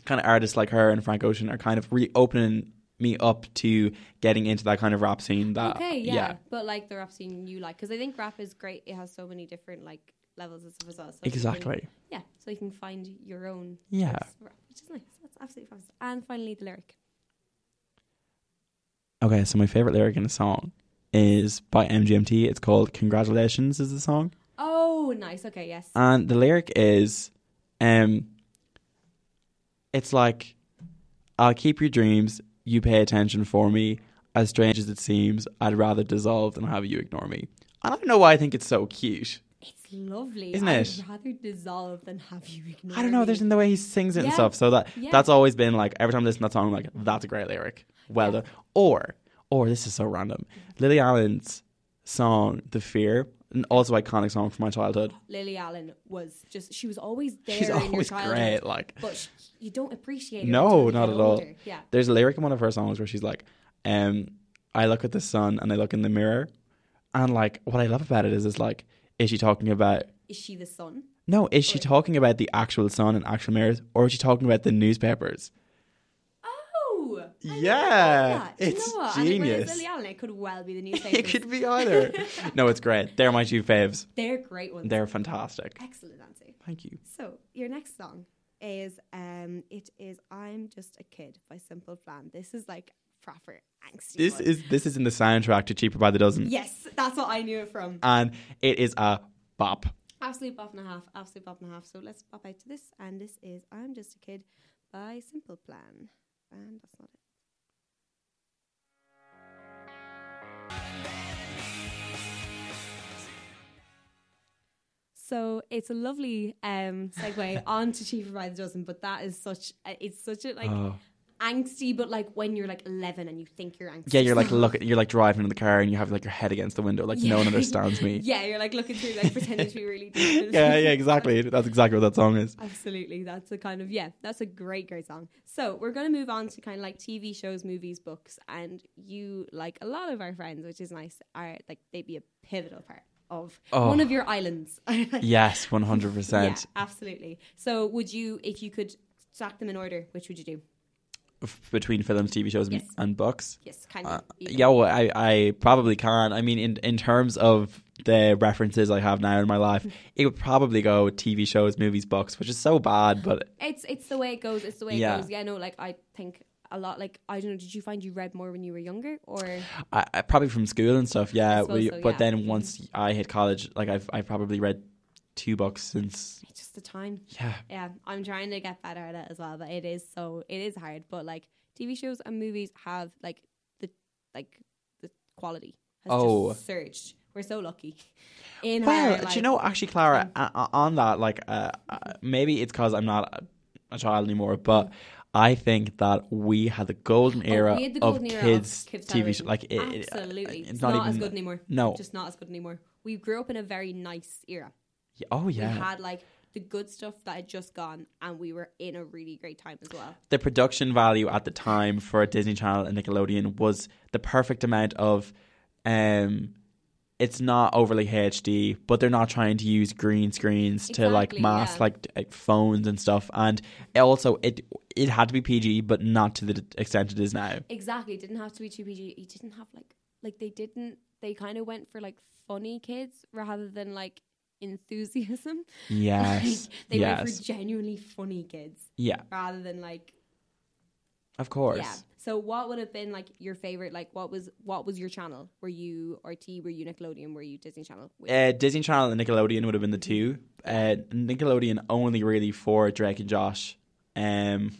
Speaker 2: kind of artists like her and Frank Ocean are kind of reopening me up to getting into that kind of rap scene. That
Speaker 1: okay, yeah. But like the rap scene you like, because I think rap is great. It has so many different like levels and stuff as well. So you can-
Speaker 2: exactly.
Speaker 1: yeah, so you can find your own.
Speaker 2: Yeah.
Speaker 1: types of rap, which is nice. That's absolutely fabulous. And finally, the lyric.
Speaker 2: Okay, so my favorite lyric in a song is by MGMT. It's called "Congratulations" is the song,
Speaker 1: Oh, nice. Okay, yes.
Speaker 2: and the lyric is, um, it's like, "I'll keep your dreams. You pay attention for me. As strange as it seems, I'd rather dissolve than have you ignore me." And I don't know why I think it's so cute.
Speaker 1: it's lovely,
Speaker 2: Isn't
Speaker 1: I'd
Speaker 2: it?
Speaker 1: Rather dissolve than have you ignore.
Speaker 2: I don't know.
Speaker 1: me.
Speaker 2: There's in the way he sings it and
Speaker 1: Yeah.
Speaker 2: stuff. So that
Speaker 1: Yeah.
Speaker 2: that's always been like every time I listen to that song, I'm like, that's a great lyric. Well
Speaker 1: Yeah.
Speaker 2: done. Or or this is so random. Lily Allen's song, The Fear, an also iconic song from my childhood.
Speaker 1: Lily Allen was just she was always there.
Speaker 2: She's
Speaker 1: in your
Speaker 2: always
Speaker 1: childhood,
Speaker 2: great. Like,
Speaker 1: but sh you don't appreciate. her
Speaker 2: No,
Speaker 1: until you
Speaker 2: not
Speaker 1: get
Speaker 2: at all.
Speaker 1: older. Yeah,
Speaker 2: there's a lyric in one of her songs where she's like, um, I look at the sun and I look in the mirror. And like, what I love about it is, is like, is she talking about,
Speaker 1: is she the sun?
Speaker 2: no, is she
Speaker 1: Or-
Speaker 2: talking about the actual sun and actual mirrors or is she talking about the newspapers?
Speaker 1: Oh, I never
Speaker 2: Yeah,
Speaker 1: thought of that. Do
Speaker 2: it's
Speaker 1: you know what? And it- well,
Speaker 2: genius.
Speaker 1: Lily Allen, it could well be the newspaper.
Speaker 2: it could be either. no, it's great. They're my two faves.
Speaker 1: They're great ones.
Speaker 2: They're fantastic.
Speaker 1: excellent, Nancy.
Speaker 2: Thank you.
Speaker 1: So your next song is um it is I'm Just a Kid by Simple Plan. This is like proper angsty.
Speaker 2: This
Speaker 1: one.
Speaker 2: is this is in the soundtrack to Cheaper by the Dozen.
Speaker 1: Yes, that's what I knew it from.
Speaker 2: And it is a bop.
Speaker 1: Absolute bop and a half, absolute bop and a half. So let's pop out to this and this is I'm Just a Kid by Simple Plan. And that's not it. So it's a lovely um, segue on to Cheaper by the Dozen, but that is such a, it's such a like
Speaker 2: Oh.
Speaker 1: angsty, but like when you're like eleven and you think you're angsty.
Speaker 2: Yeah, you're like look you're like driving in the car and you have like your head against the window, like no one
Speaker 1: Yeah.
Speaker 2: understands me.
Speaker 1: yeah, you're like looking through like pretending to be really deep.
Speaker 2: yeah, yeah, exactly. That's exactly what that song is.
Speaker 1: Absolutely. That's a kind of, yeah, that's a great, great song. So we're going to move on to kind of like TV shows, movies, books. And you, like a lot of our friends, which is nice, are like, they'd be a pivotal part of
Speaker 2: Oh.
Speaker 1: one of your islands. yeah,
Speaker 2: Yes, one hundred percent.
Speaker 1: absolutely. So would you, if you could stack them in order, which would you do?
Speaker 2: Between films, TV shows,
Speaker 1: Yes.
Speaker 2: and books.
Speaker 1: Yes, kind
Speaker 2: Uh,
Speaker 1: of. either.
Speaker 2: yeah, well, I, I probably can. I mean, in in terms of the references I have now in my life,
Speaker 1: Mm-hmm.
Speaker 2: it would probably go with TV shows, movies, books, which is so bad. But
Speaker 1: It's, it's the way it goes. It's the way
Speaker 2: Yeah.
Speaker 1: it goes. Yeah, no, like I think a lot, like, I don't know, did you find you read more when you were younger or?
Speaker 2: I, I probably from school and stuff. Yeah,
Speaker 1: suppose
Speaker 2: we,
Speaker 1: so,
Speaker 2: but
Speaker 1: yeah. Mm-hmm.
Speaker 2: then once I hit college, like I've I've probably read two books since.
Speaker 1: It's just the time.
Speaker 2: Yeah,
Speaker 1: Yeah, I'm trying to get better at it as well, but it is so it is hard. But like TV shows and movies have like the like the quality has
Speaker 2: Oh.
Speaker 1: just surged. We're so lucky. In
Speaker 2: Well,
Speaker 1: our,
Speaker 2: do you
Speaker 1: like- mm.
Speaker 2: know, actually, Clara, uh, uh, on that, like, uh, uh, maybe it's because I'm not a, a child anymore, but I think that we had the golden
Speaker 1: Oh,
Speaker 2: era
Speaker 1: we had the
Speaker 2: of
Speaker 1: golden era
Speaker 2: kids, TV show.
Speaker 1: television.
Speaker 2: Like, it, it- uh,
Speaker 1: absolutely,
Speaker 2: it's
Speaker 1: it's
Speaker 2: not
Speaker 1: not,
Speaker 2: even-
Speaker 1: as good anymore.
Speaker 2: no.
Speaker 1: just not as good anymore. We grew up in a very nice era.
Speaker 2: Yeah, oh,
Speaker 1: We
Speaker 2: yeah.
Speaker 1: had like the good stuff that had just gone, and we were in a really great time as well.
Speaker 2: The production value at the time for Disney Channel and Nickelodeon was the perfect amount of. um it's not overly HD, but they're not trying to use green screens to like
Speaker 1: Exactly,
Speaker 2: mask
Speaker 1: yeah.
Speaker 2: like, like phones and stuff. And also, it it had to be PG, but not to the extent it is now.
Speaker 1: Exactly. It didn't have to be too PG. It didn't have like like they didn't they kind of went for like funny kids rather than like enthusiasm.
Speaker 2: Yes.
Speaker 1: Like, they went
Speaker 2: yes.
Speaker 1: for genuinely funny kids
Speaker 2: yeah,
Speaker 1: rather than like
Speaker 2: of course.
Speaker 1: yeah. So what would have been like your favorite like what was what was your channel? Were you RT, were you Nickelodeon, were you Disney Channel? Which-
Speaker 2: Uh, Disney Channel and Nickelodeon would have been the two. Uh, Nickelodeon only really for Drake and Josh. Um,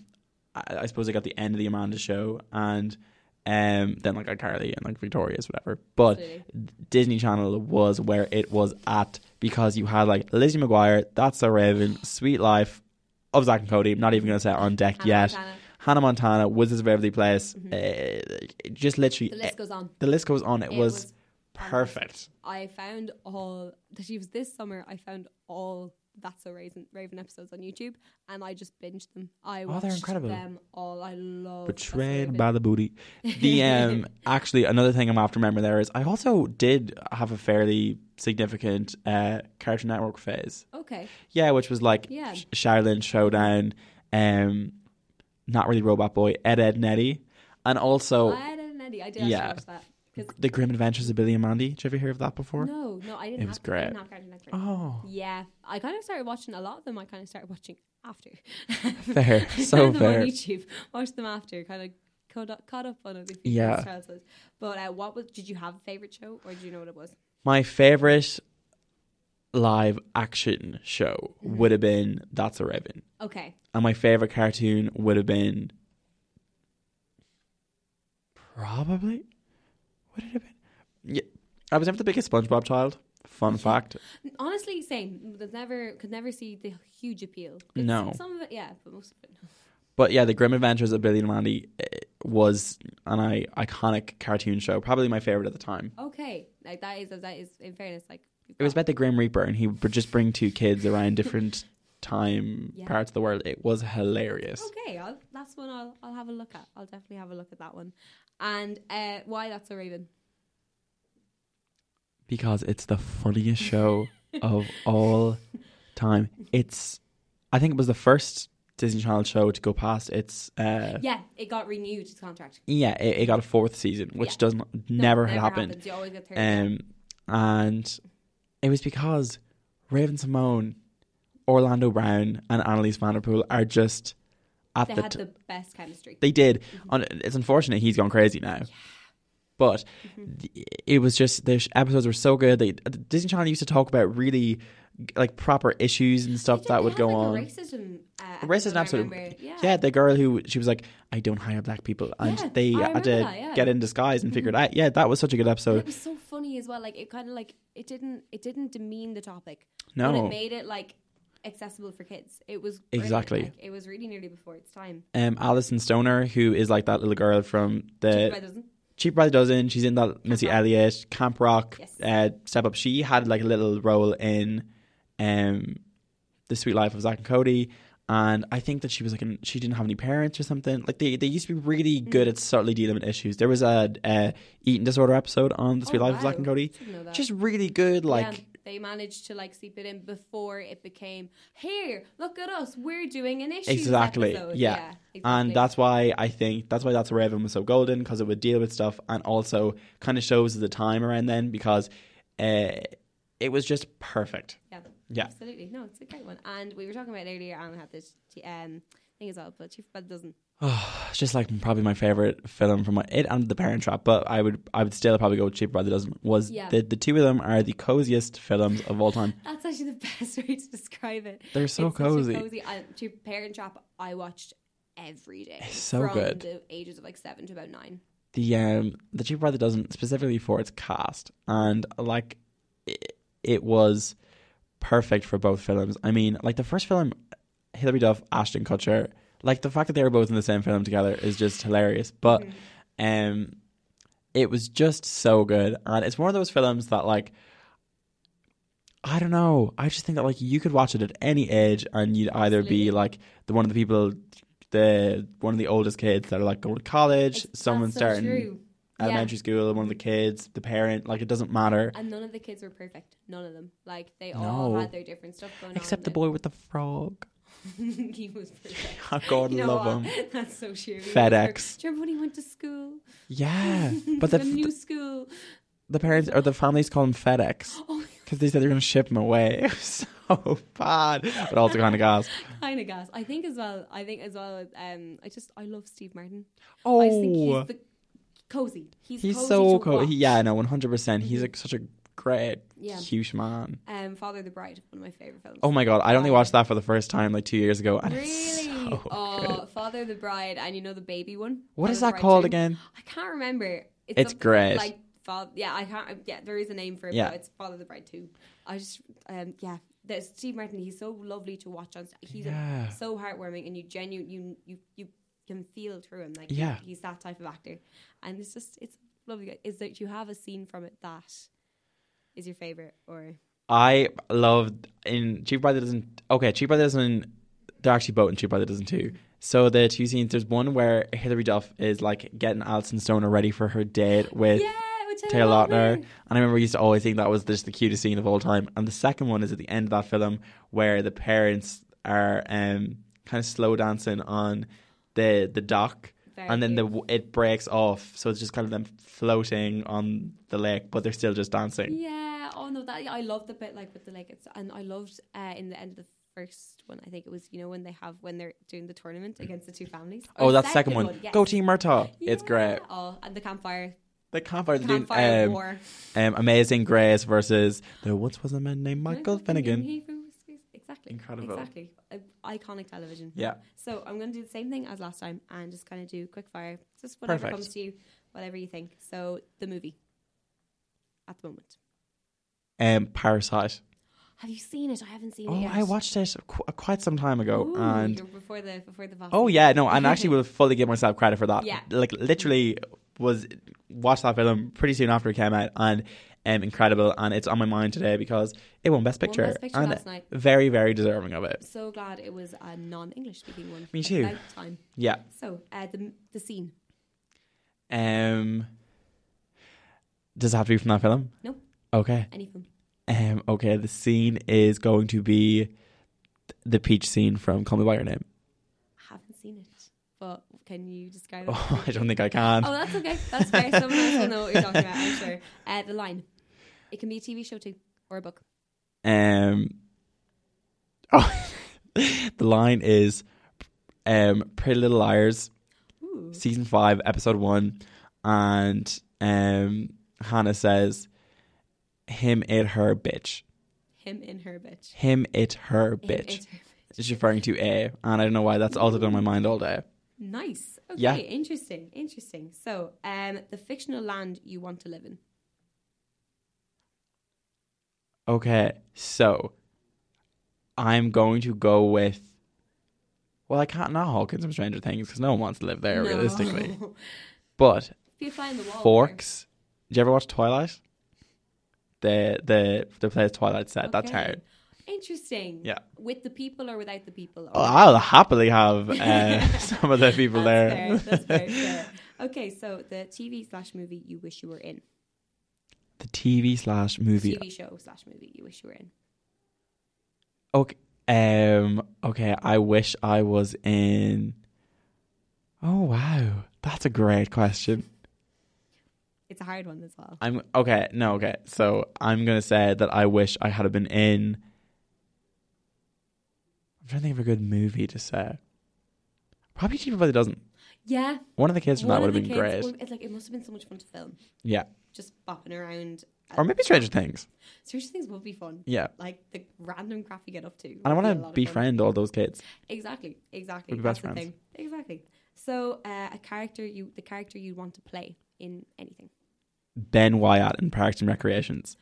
Speaker 2: I, I suppose I got the end of the Amanda show and um, then like iCarly and like Victorious, whatever. But
Speaker 1: Absolutely.
Speaker 2: Disney Channel was where it was at because you had like Lizzie McGuire, That's So Raven, Sweet Life of Zach and Cody. Not even going to say it on deck
Speaker 1: Hannah
Speaker 2: yet.
Speaker 1: Montana.
Speaker 2: Hannah Montana, Wizards of Every Place. Uh, just literally.
Speaker 1: Mm-hmm. The list goes on.
Speaker 2: The list goes on. It,
Speaker 1: It
Speaker 2: was,
Speaker 1: was
Speaker 2: perfect.
Speaker 1: I found all that she was this summer. I found all that's so Raven, Raven episodes on YouTube, and I just binged them. I
Speaker 2: they're
Speaker 1: watched
Speaker 2: incredible.
Speaker 1: them all. I love That's So
Speaker 2: Betrayed
Speaker 1: Raven.
Speaker 2: by the booty. The um, actually another thing I'm after remembering there is I also did have a fairly significant uh Cartoon Network phase.
Speaker 1: Okay,
Speaker 2: Yeah, which was like
Speaker 1: Yeah.
Speaker 2: Sh- Shaolin Showdown, um, not really Robot Boy, Ed Ed Netty, and also
Speaker 1: I didn't. Eddie. I did actually
Speaker 2: Oh. Yeah.
Speaker 1: watch that. 'Cause-
Speaker 2: the Grim Adventures of Billy and Mandy. Did you ever hear of that before?
Speaker 1: No, no, I didn't.
Speaker 2: It
Speaker 1: have,
Speaker 2: was
Speaker 1: I didn't
Speaker 2: great.
Speaker 1: have Cartoon Network.
Speaker 2: Oh,
Speaker 1: Yeah, I kind of started watching a lot of them. I kind of started watching after.
Speaker 2: fair, so
Speaker 1: Found them
Speaker 2: fair.
Speaker 1: on YouTube. Watched them after. Kind of. Caught up, caught up on it if you
Speaker 2: Yeah.
Speaker 1: childhood. But uh, what was? Did you have a favorite show, or did you know what it was?
Speaker 2: My favorite live action show
Speaker 1: Mm-hmm.
Speaker 2: would have been That's a Raven.
Speaker 1: Okay,
Speaker 2: And my favorite cartoon would have been probably would it have been? Yeah, I was never the biggest SpongeBob child. Fun fact.
Speaker 1: Honestly, same. There's never could never see the huge appeal. It's-
Speaker 2: No.
Speaker 1: some of it, yeah, but most of it. No.
Speaker 2: But yeah, The Grim Adventures of Billy and Mandy eh, was an i- iconic cartoon show. Probably my favorite at the time.
Speaker 1: Okay, Like that is that is in fairness like
Speaker 2: It was about the Grim Reaper, and he would just bring two kids around different time
Speaker 1: Yeah.
Speaker 2: parts of the world. It was hilarious.
Speaker 1: Okay, I'll, that's one I'll I'll have a look at. I'll definitely have a look at that one. And uh, why that's a Raven.
Speaker 2: because it's the funniest show of all time. It's, I think it was the first Disney Channel show to go past. It's, uh, yeah,
Speaker 1: Yeah, it got renewed its contract.
Speaker 2: it, it got a fourth season, which
Speaker 1: Yeah.
Speaker 2: doesn't
Speaker 1: No,
Speaker 2: never had happened.
Speaker 1: happens. You always get third.
Speaker 2: Um, and it was because Raven Simone, Orlando Brown, and Annalise Vanderpool are just at
Speaker 1: they
Speaker 2: the
Speaker 1: had
Speaker 2: t-
Speaker 1: the best chemistry.
Speaker 2: they did. On, it's unfortunate he's gone crazy now. But
Speaker 1: Mm-hmm.
Speaker 2: th- it was just the sh- episodes were so good. They uh, Disney Channel used to talk about really g- like proper issues and stuff
Speaker 1: They did-
Speaker 2: that
Speaker 1: they
Speaker 2: would
Speaker 1: had,
Speaker 2: go
Speaker 1: like, a
Speaker 2: on.
Speaker 1: racism. Uh,
Speaker 2: Racism,
Speaker 1: episode, I
Speaker 2: absolutely.
Speaker 1: remember. Yeah.
Speaker 2: Yeah, the girl who she was like, I don't hire black people, and
Speaker 1: Yeah,
Speaker 2: they
Speaker 1: I
Speaker 2: had to
Speaker 1: remember that, yeah. Mm-hmm.
Speaker 2: get in disguise and figure it out. Yeah, that was such a good
Speaker 1: And
Speaker 2: episode.
Speaker 1: it was so funny as well. Like it kind of like it didn't it didn't demean the topic. But
Speaker 2: No,
Speaker 1: it made it like accessible for kids. It was brilliant.
Speaker 2: Exactly.
Speaker 1: Like, it was really nearly before its time.
Speaker 2: um, Alison Stoner, who is like that little girl from
Speaker 1: Cheaper by the
Speaker 2: the
Speaker 1: Dozen.
Speaker 2: Cheap by the Dozen. She's in that Missy
Speaker 1: Rock.
Speaker 2: Elliott, Camp Rock,
Speaker 1: Uh-huh. Yes.
Speaker 2: uh, Step Up. She had like a little role in um, the Sweet Life of Zach and Cody, and I think that she was like an, she didn't have any parents or something. Like they, they used to be really
Speaker 1: Mm-hmm.
Speaker 2: good at subtly dealing with issues. There was a uh, eating disorder episode on the Sweet
Speaker 1: Oh,
Speaker 2: Life of Zach
Speaker 1: wow.
Speaker 2: and Cody.
Speaker 1: Didn't know that.
Speaker 2: Just really good, like.
Speaker 1: Yeah, they managed to like seep it in before it became here. Look at us, we're doing an issue.
Speaker 2: Exactly, yeah.
Speaker 1: exactly.
Speaker 2: And that's why I think that's why that's where Raven was so golden because it would deal with stuff and also kind of shows the time around then because uh, it was just perfect.
Speaker 1: yeah,
Speaker 2: Yeah.
Speaker 1: absolutely. No, it's a great one. And we were talking about it earlier. Alan had this um, thing as well, but Chief Bud doesn't.
Speaker 2: It's just like probably my favorite film from my, it and The Parent Trap, but I would I would still probably go with Cheaper by the Dozen. Was
Speaker 1: Yeah.
Speaker 2: the the two of them are the coziest films of all time.
Speaker 1: That's actually the best way to describe it.
Speaker 2: They're so
Speaker 1: It's such a
Speaker 2: cozy.
Speaker 1: cozy. I, to Parent Trap, I watched every day.
Speaker 2: It's so
Speaker 1: from
Speaker 2: good.
Speaker 1: The ages of like seven to about nine.
Speaker 2: The um the Cheaper by the Dozen specifically for its cast and like it, it was perfect for both films. I mean, like the first film, Hilary Duff, Ashton Kutcher, like the fact that they were both in the same film together is just hilarious. But um it was just so good and it's one of those films that like i don't know i just think that like you could watch it at any age and you'd either
Speaker 1: Absolutely.
Speaker 2: be like the one of the people the one of the oldest kids that are like going to college
Speaker 1: It's-
Speaker 2: someone
Speaker 1: that's so
Speaker 2: starting
Speaker 1: true. Yeah.
Speaker 2: elementary school one of the kids the parent like it doesn't matter
Speaker 1: And none of the kids were perfect. None of them. Like they all
Speaker 2: No.
Speaker 1: had their different stuff going
Speaker 2: except the
Speaker 1: on.
Speaker 2: boy with the
Speaker 1: boy.
Speaker 2: frog
Speaker 1: he was perfect.
Speaker 2: oh god
Speaker 1: You know
Speaker 2: love
Speaker 1: what?
Speaker 2: him
Speaker 1: That's so true.
Speaker 2: FedEx.
Speaker 1: Do you remember when he went to school?
Speaker 2: yeah but the,
Speaker 1: the new school.
Speaker 2: the parents or the families call him fedex
Speaker 1: Oh,
Speaker 2: because they said they're going to ship him away It was so bad but also kind of gas
Speaker 1: kind of gas. I think as well. I think as well. Um, I just I love Steve Martin.
Speaker 2: oh
Speaker 1: I just think he's the cozy. He's,
Speaker 2: He's
Speaker 1: cozy
Speaker 2: so
Speaker 1: to
Speaker 2: cool.
Speaker 1: watch.
Speaker 2: He, yeah, no, one hundred percent. He's like such a great,
Speaker 1: Yeah.
Speaker 2: huge man.
Speaker 1: Um, Father of the Bride, one of my favorite films.
Speaker 2: Oh my god, I only watched that for the first time like two years ago, and
Speaker 1: Really?
Speaker 2: it's so
Speaker 1: oh,
Speaker 2: good.
Speaker 1: Father of the Bride, and you know the baby one.
Speaker 2: What
Speaker 1: Father
Speaker 2: is
Speaker 1: of the
Speaker 2: that
Speaker 1: Bride
Speaker 2: called
Speaker 1: two?
Speaker 2: again?
Speaker 1: I can't remember.
Speaker 2: It's
Speaker 1: something
Speaker 2: great.
Speaker 1: Like father, yeah, I can't. Yeah, there is a name for it.
Speaker 2: Yeah.
Speaker 1: but it's Father of the Bride too. I just, um, yeah. There's Steve Martin. He's so lovely to watch on. st- He's a-
Speaker 2: Yeah.
Speaker 1: so heartwarming, and you genuine. You you you can feel through him. Like
Speaker 2: Yeah.
Speaker 1: he's that type of actor, and it's just it's lovely. Is that you have a scene from it that is your favorite or
Speaker 2: I loved in Cheap by the Dozen. Okay, Cheap by the Dozen. They're actually both in Cheap by the Dozen too. So the two scenes. There's one where Hilary Duff is like getting Alison Stoner ready for her date with
Speaker 1: yeah, with
Speaker 2: Taylor Lautner.
Speaker 1: Lautner.
Speaker 2: And I remember we used to always think that was just the cutest scene of all time. And the second one is at the end of that film where the parents are um, kind of slow dancing on the the dock.
Speaker 1: Very
Speaker 2: and then the w- it breaks off. So it's just kind of them floating on the lake, but they're still just dancing.
Speaker 1: Yeah. Oh no, that I love the bit like with the like it's and I loved uh, in the end of the first one. I think it was you know when they have when they're doing the tournament against the two families.
Speaker 2: Oh,
Speaker 1: Or
Speaker 2: that's the second one.
Speaker 1: yes.
Speaker 2: Go Team Murtaugh. It's
Speaker 1: Yeah.
Speaker 2: great.
Speaker 1: Oh, and the campfire,
Speaker 2: The campfire, they're doing,
Speaker 1: campfire
Speaker 2: um,
Speaker 1: war.
Speaker 2: um, Amazing Grace versus there once was a man named Michael Finnegan.
Speaker 1: He who was- Exactly.
Speaker 2: Incredible.
Speaker 1: Exactly. I- Iconic television.
Speaker 2: Yeah.
Speaker 1: So I'm going to do the same thing as last time and just kind of do quick fire. Just whatever
Speaker 2: Perfect.
Speaker 1: comes to you, whatever you think. So the movie at the moment.
Speaker 2: Um, Parasite.
Speaker 1: Have you seen it? I haven't seen it
Speaker 2: Oh,
Speaker 1: yet.
Speaker 2: I watched it qu- uh, quite some time ago,
Speaker 1: Ooh,
Speaker 2: and
Speaker 1: you're before the before the
Speaker 2: Oh yeah, no, and actually will fully give myself credit for that.
Speaker 1: Yeah.
Speaker 2: Like literally was watched that film pretty soon after it came out and um, incredible. And it's on my mind today because it won Best
Speaker 1: Won
Speaker 2: Picture,
Speaker 1: Best Picture
Speaker 2: and
Speaker 1: last night.
Speaker 2: very, very deserving of it.
Speaker 1: So glad it was a non-English speaking one.
Speaker 2: Me too.
Speaker 1: About time.
Speaker 2: Yeah.
Speaker 1: So uh, the the scene.
Speaker 2: Um, does it have to be from that film?
Speaker 1: No.
Speaker 2: Okay.
Speaker 1: Any film?
Speaker 2: Um, okay. The scene is going to be the peach scene from Call Me by Your Name.
Speaker 1: Haven't seen it, but can you describe it?
Speaker 2: Oh, I don't think I can.
Speaker 1: Oh, that's okay. That's fair. Someone else will know what you're talking about. I'm sure. Uh, the line. It can be a TV show too, or a book.
Speaker 2: Um, oh, the line is, um, "Pretty Little Liars,"
Speaker 1: Ooh.
Speaker 2: season five, episode one, and um, Hannah says, "Him it her bitch.
Speaker 1: Him in her bitch.
Speaker 2: Him it her
Speaker 1: Him
Speaker 2: bitch."
Speaker 1: in her bitch.
Speaker 2: It's referring to a, and I don't know why that's also been on my mind all day.
Speaker 1: Nice. Okay.
Speaker 2: Yeah.
Speaker 1: Interesting. Interesting. So, um, the fictional land you want to live in.
Speaker 2: Okay, so I'm going to go with. Well, I can't not Hawkins from Stranger Things because no one wants to live there
Speaker 1: No.
Speaker 2: realistically. But
Speaker 1: be a fly on the wall.
Speaker 2: Forks. Did you ever watch Twilight? The the the play's Twilight set.
Speaker 1: there.
Speaker 2: That's how.
Speaker 1: Okay. Interesting.
Speaker 2: Yeah.
Speaker 1: With the people or without the people?
Speaker 2: Oh, I'll happily have uh, some of the people
Speaker 1: That's fair.
Speaker 2: there.
Speaker 1: That's fair. fair. Okay, so the TV slash movie you wish you were in.
Speaker 2: the TV slash movie.
Speaker 1: TV show slash movie you wish you were in.
Speaker 2: Okay. Um. Okay. I wish I was in. Oh wow, that's a great question.
Speaker 1: It's a hard one as well.
Speaker 2: I'm okay. No, okay. So I'm gonna say that I wish I had been in. I'm trying to think of a good movie to say. Probably cheaper by the dozen.
Speaker 1: Yeah.
Speaker 2: One of the kids from
Speaker 1: one
Speaker 2: that
Speaker 1: of
Speaker 2: would
Speaker 1: the
Speaker 2: have been
Speaker 1: kids-
Speaker 2: great.
Speaker 1: one- It's like it must have been so much fun to film.
Speaker 2: Yeah.
Speaker 1: Just bopping around.
Speaker 2: Or maybe Stranger Things.
Speaker 1: Stranger Things would be fun.
Speaker 2: Yeah.
Speaker 1: Like the random crap you get up to.
Speaker 2: And I
Speaker 1: would
Speaker 2: want
Speaker 1: be a lot
Speaker 2: to
Speaker 1: of fun.
Speaker 2: befriend all those kids.
Speaker 1: Exactly. Exactly.
Speaker 2: We'd be best
Speaker 1: That's the
Speaker 2: friends.
Speaker 1: thing. Exactly. So uh, a character you, the character you'd want to play in anything.
Speaker 2: Ben Wyatt in Parks and Recreations.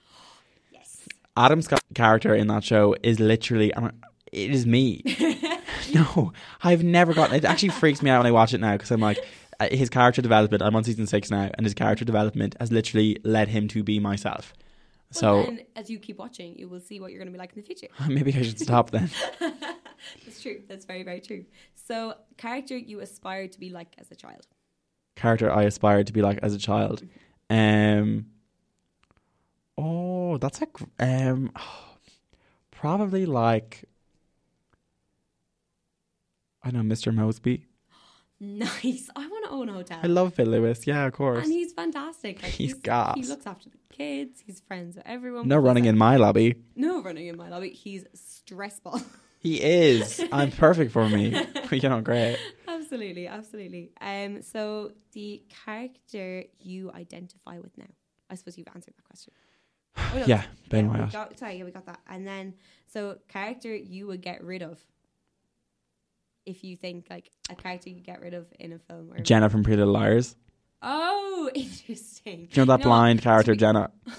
Speaker 1: Yes.
Speaker 2: Adam Scott's character in that show is literally, I'm like, it is me. no, I've never gotten it. Actually freaks me out when I watch it now because I'm like, uh, his character development, I'm on season six now, and his character development has literally led him to be myself.
Speaker 1: Well,
Speaker 2: So
Speaker 1: then, as you keep watching, you will see what you're going to be like in the future.
Speaker 2: maybe I should stop then.
Speaker 1: That's true. That's very, very true. So, character you aspired to be like as a child.
Speaker 2: character I aspired to be like as a child. Um, oh, that's a gr- um, probably like I know Mr. Mosby.
Speaker 1: Nice. I want to own a hotel.
Speaker 2: I love Phil Lewis. Yeah, of course.
Speaker 1: and he's fantastic. Like,
Speaker 2: He's gas.
Speaker 1: He looks after the kids. He's friends with everyone.
Speaker 2: No
Speaker 1: He's
Speaker 2: running
Speaker 1: a-
Speaker 2: in my lobby.
Speaker 1: No running in my lobby. He's stress ball.
Speaker 2: He is. I'm perfect for me. We get on great.
Speaker 1: absolutely, absolutely. Um, so the character you identify with now. I suppose you've answered that question. Oh, no,
Speaker 2: Yeah, Ben
Speaker 1: yeah, we
Speaker 2: Wyatt.
Speaker 1: got- sorry, yeah, we got that. And then, so character you would get rid of if you think like a character you get rid of in a film or.
Speaker 2: Jenna from Pretty Little Liars.
Speaker 1: oh, interesting.
Speaker 2: Do you know that
Speaker 1: No,
Speaker 2: blind character,
Speaker 1: we-
Speaker 2: Jenna?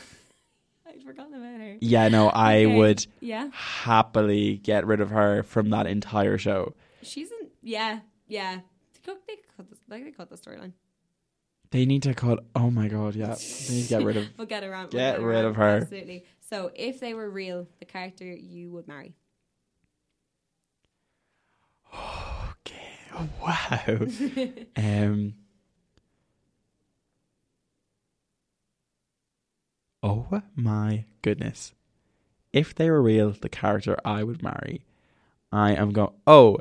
Speaker 1: I'd forgotten about her.
Speaker 2: Yeah, no, I
Speaker 1: Okay.
Speaker 2: would
Speaker 1: Yeah,
Speaker 2: happily get rid of her from that entire show.
Speaker 1: she's in. Yeah, yeah. They cut, they cut, the, like, they cut the storyline.
Speaker 2: They need to cut. Oh my god, yeah. They need to get rid of.
Speaker 1: We'll get around.
Speaker 2: Get
Speaker 1: we'll
Speaker 2: rid
Speaker 1: around.
Speaker 2: of her.
Speaker 1: Absolutely. So, if they were real, the character you would marry.
Speaker 2: Okay. Wow. um. Oh my goodness. If they were real, the character I would marry, I am going. Oh,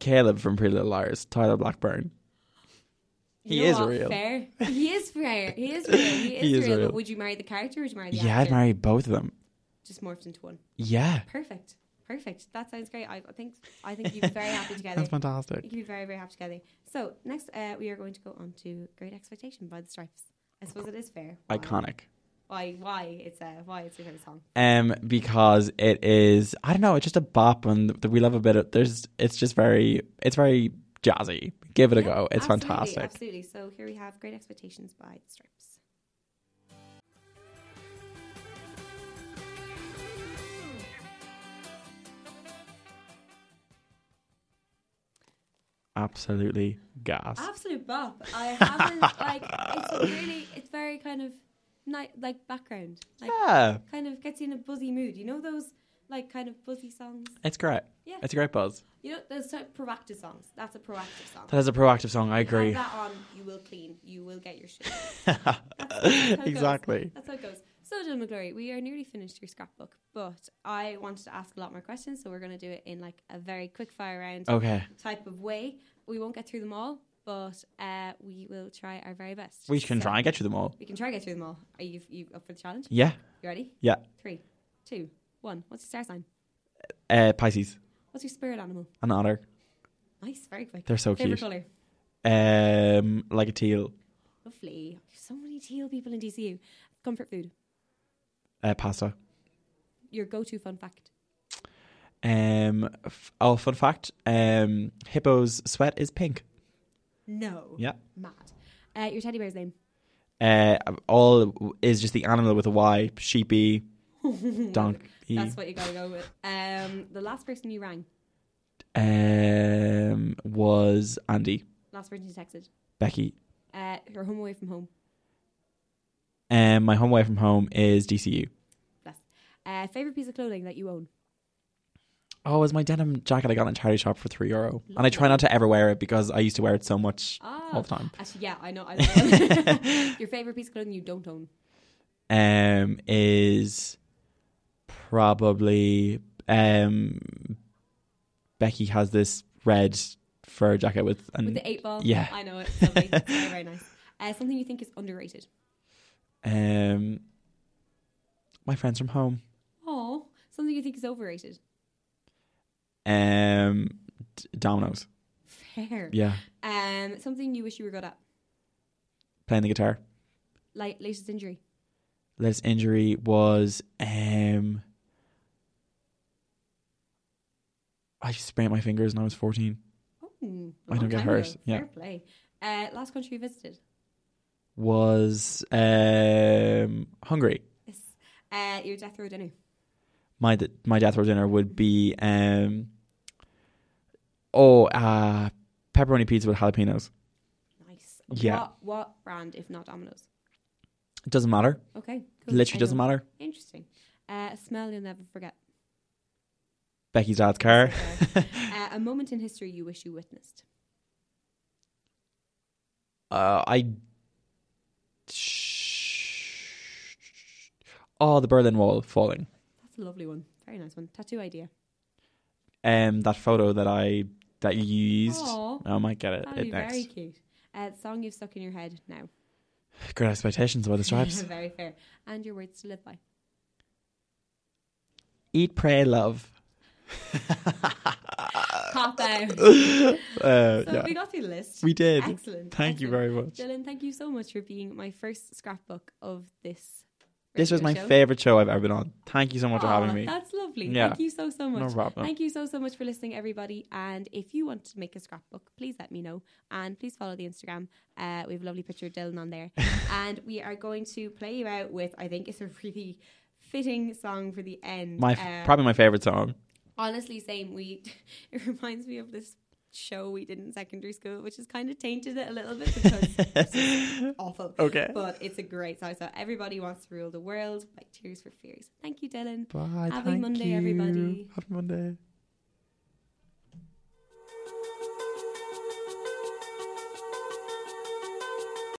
Speaker 2: Caleb from Pretty Little Liars, Tyler Blackburn. He
Speaker 1: You know
Speaker 2: is
Speaker 1: what?
Speaker 2: real.
Speaker 1: Fair. He is fair. He is real. He is,
Speaker 2: He is
Speaker 1: real.
Speaker 2: real.
Speaker 1: But would you marry the character or would you marry the
Speaker 2: Yeah, I'd
Speaker 1: actor?
Speaker 2: marry both of them.
Speaker 1: Just morphed into one.
Speaker 2: Yeah.
Speaker 1: Perfect. Perfect. That sounds great. I I think I think you'd be very happy together.
Speaker 2: That's fantastic.
Speaker 1: You could be very, very happy together. So next uh, we are going to go on to Great Expectation by the Stripes. I suppose it is fair. Why?
Speaker 2: Iconic.
Speaker 1: Why why it's uh, why it's your favourite song.
Speaker 2: um because it is i don't know it's just a bop and th- we love a bit of there's it's just very it's very jazzy give it a go it's
Speaker 1: Absolutely,
Speaker 2: fantastic
Speaker 1: Absolutely. So here we have Great Expectations by the Stripes.
Speaker 2: absolutely gas.
Speaker 1: Absolute bop. I haven't like it's really it's very kind of night like background. Like
Speaker 2: yeah,
Speaker 1: kind of gets you in a buzzy mood. You know those like kind of buzzy songs?
Speaker 2: it's great.
Speaker 1: Yeah.
Speaker 2: It's a great buzz.
Speaker 1: You know those type of proactive songs. That's a proactive song.
Speaker 2: That is a proactive song. I agree.
Speaker 1: Have that on, you will clean. You will get your shit. goes.
Speaker 2: exactly.
Speaker 1: That's how it goes. So, Jill McGlory, we are nearly finished your scrapbook, but I wanted to ask a lot more questions, so we're going to do it in like a very quick fire round
Speaker 2: Okay.
Speaker 1: type of way. We won't get through them all, but uh, we will try our very best.
Speaker 2: We can
Speaker 1: So-
Speaker 2: try and get you them all.
Speaker 1: We can try and get through them all. Are you, you up for the challenge?
Speaker 2: Yeah.
Speaker 1: You ready?
Speaker 2: Yeah.
Speaker 1: Three, two, one. What's your star sign?
Speaker 2: Uh, Pisces,
Speaker 1: What's your spirit animal?
Speaker 2: an otter.
Speaker 1: Nice, very quick.
Speaker 2: They're so
Speaker 1: Favorite
Speaker 2: cute.
Speaker 1: color?
Speaker 2: Um, like a teal.
Speaker 1: Lovely. So many teal people in DCU. Comfort food.
Speaker 2: Uh, pasta.
Speaker 1: Your go-to fun fact.
Speaker 2: Um, f- oh, fun fact. Um, hippo's sweat is pink.
Speaker 1: No.
Speaker 2: Yeah.
Speaker 1: Mad. Uh, your teddy bear's name.
Speaker 2: Uh, all is just the animal with a Y. Sheepy, donkey.
Speaker 1: That's what you gotta go with. Um, the last person you rang,
Speaker 2: um, was Andy
Speaker 1: last person you texted,
Speaker 2: Becky.
Speaker 1: uh, your home away from home.
Speaker 2: Um, my home away from home is DCU.
Speaker 1: Bless. Uh, favorite piece of clothing that you own.
Speaker 2: Oh, it's my denim jacket I got in a charity shop for three euro, and I try not to ever wear it because I used to wear it so much all
Speaker 1: Ah,
Speaker 2: the time.
Speaker 1: actually, yeah, I know. I know. your favorite piece of clothing you don't own.
Speaker 2: Um, is probably um, Becky has this red fur jacket with an
Speaker 1: With the eight ball.
Speaker 2: yeah.
Speaker 1: I know it. It's lovely. It's very, very nice. Uh, something you think is underrated.
Speaker 2: um, my friends from home.
Speaker 1: Oh, something you think is overrated.
Speaker 2: Um, D- Dominoes.
Speaker 1: Fair.
Speaker 2: Yeah,
Speaker 1: Um, something you wish you were good at.
Speaker 2: playing the guitar.
Speaker 1: Like latest injury.
Speaker 2: latest injury was um I sprained my fingers when I was fourteen.
Speaker 1: Oh, a
Speaker 2: I don't
Speaker 1: long
Speaker 2: get
Speaker 1: time
Speaker 2: hurt,
Speaker 1: ago.
Speaker 2: yeah.
Speaker 1: Fair play. Uh, last country you visited.
Speaker 2: Was um hungry.
Speaker 1: Yes. Uh, your death row dinner.
Speaker 2: My d- my death row dinner would be um oh uh pepperoni pizza with jalapenos.
Speaker 1: Nice.
Speaker 2: Yeah.
Speaker 1: What, what brand, if not Domino's?
Speaker 2: It doesn't matter.
Speaker 1: Okay. cool.
Speaker 2: Literally doesn't
Speaker 1: Anyone.
Speaker 2: matter.
Speaker 1: Interesting. Uh, a smell you'll never forget.
Speaker 2: Becky's dad's car.
Speaker 1: Sorry. uh, a moment in history you wish you witnessed.
Speaker 2: Uh, I. Oh, the Berlin Wall falling.
Speaker 1: That's a lovely one. Very nice one. Tattoo idea.
Speaker 2: um that photo that I that you used. uh, Oh,
Speaker 1: Aw.
Speaker 2: I might get it,
Speaker 1: Oh. That'd be
Speaker 2: it next.
Speaker 1: very cute. Uh, song you've stuck in your head now.
Speaker 2: Great expectations about the stripes.
Speaker 1: very fair. And your words to live by.
Speaker 2: Eat, pray, love.
Speaker 1: Pop out. so
Speaker 2: uh, yeah,
Speaker 1: we got through the list.
Speaker 2: we did.
Speaker 1: Excellent.
Speaker 2: Thank you
Speaker 1: excellent.
Speaker 2: very much.
Speaker 1: Dylan, thank you so much for being my first scrapbook of this.
Speaker 2: This was my
Speaker 1: radio show.
Speaker 2: favorite show I've ever been on. Thank you so much for
Speaker 1: Aw,
Speaker 2: having me.
Speaker 1: That's lovely.
Speaker 2: Yeah.
Speaker 1: Thank you so so much.
Speaker 2: No problem.
Speaker 1: Thank you so so much for listening, everybody. And if you want to make a scrapbook, please let me know, and please follow the Instagram. Uh, we have a lovely picture of Dylan on there, and we are going to play you out with. I think it's a really fitting song for the end.
Speaker 2: My
Speaker 1: Uh,
Speaker 2: probably my favorite song.
Speaker 1: honestly, same. We it reminds me of this show we did in secondary school, which has kind of tainted it a little bit because it's just awful.
Speaker 2: Okay.
Speaker 1: But it's a great song. So everybody wants to rule the world. Like Tears for Fears. Thank you, Dylan.
Speaker 2: Bye.
Speaker 1: Happy thank Monday, you. everybody.
Speaker 2: Happy Monday.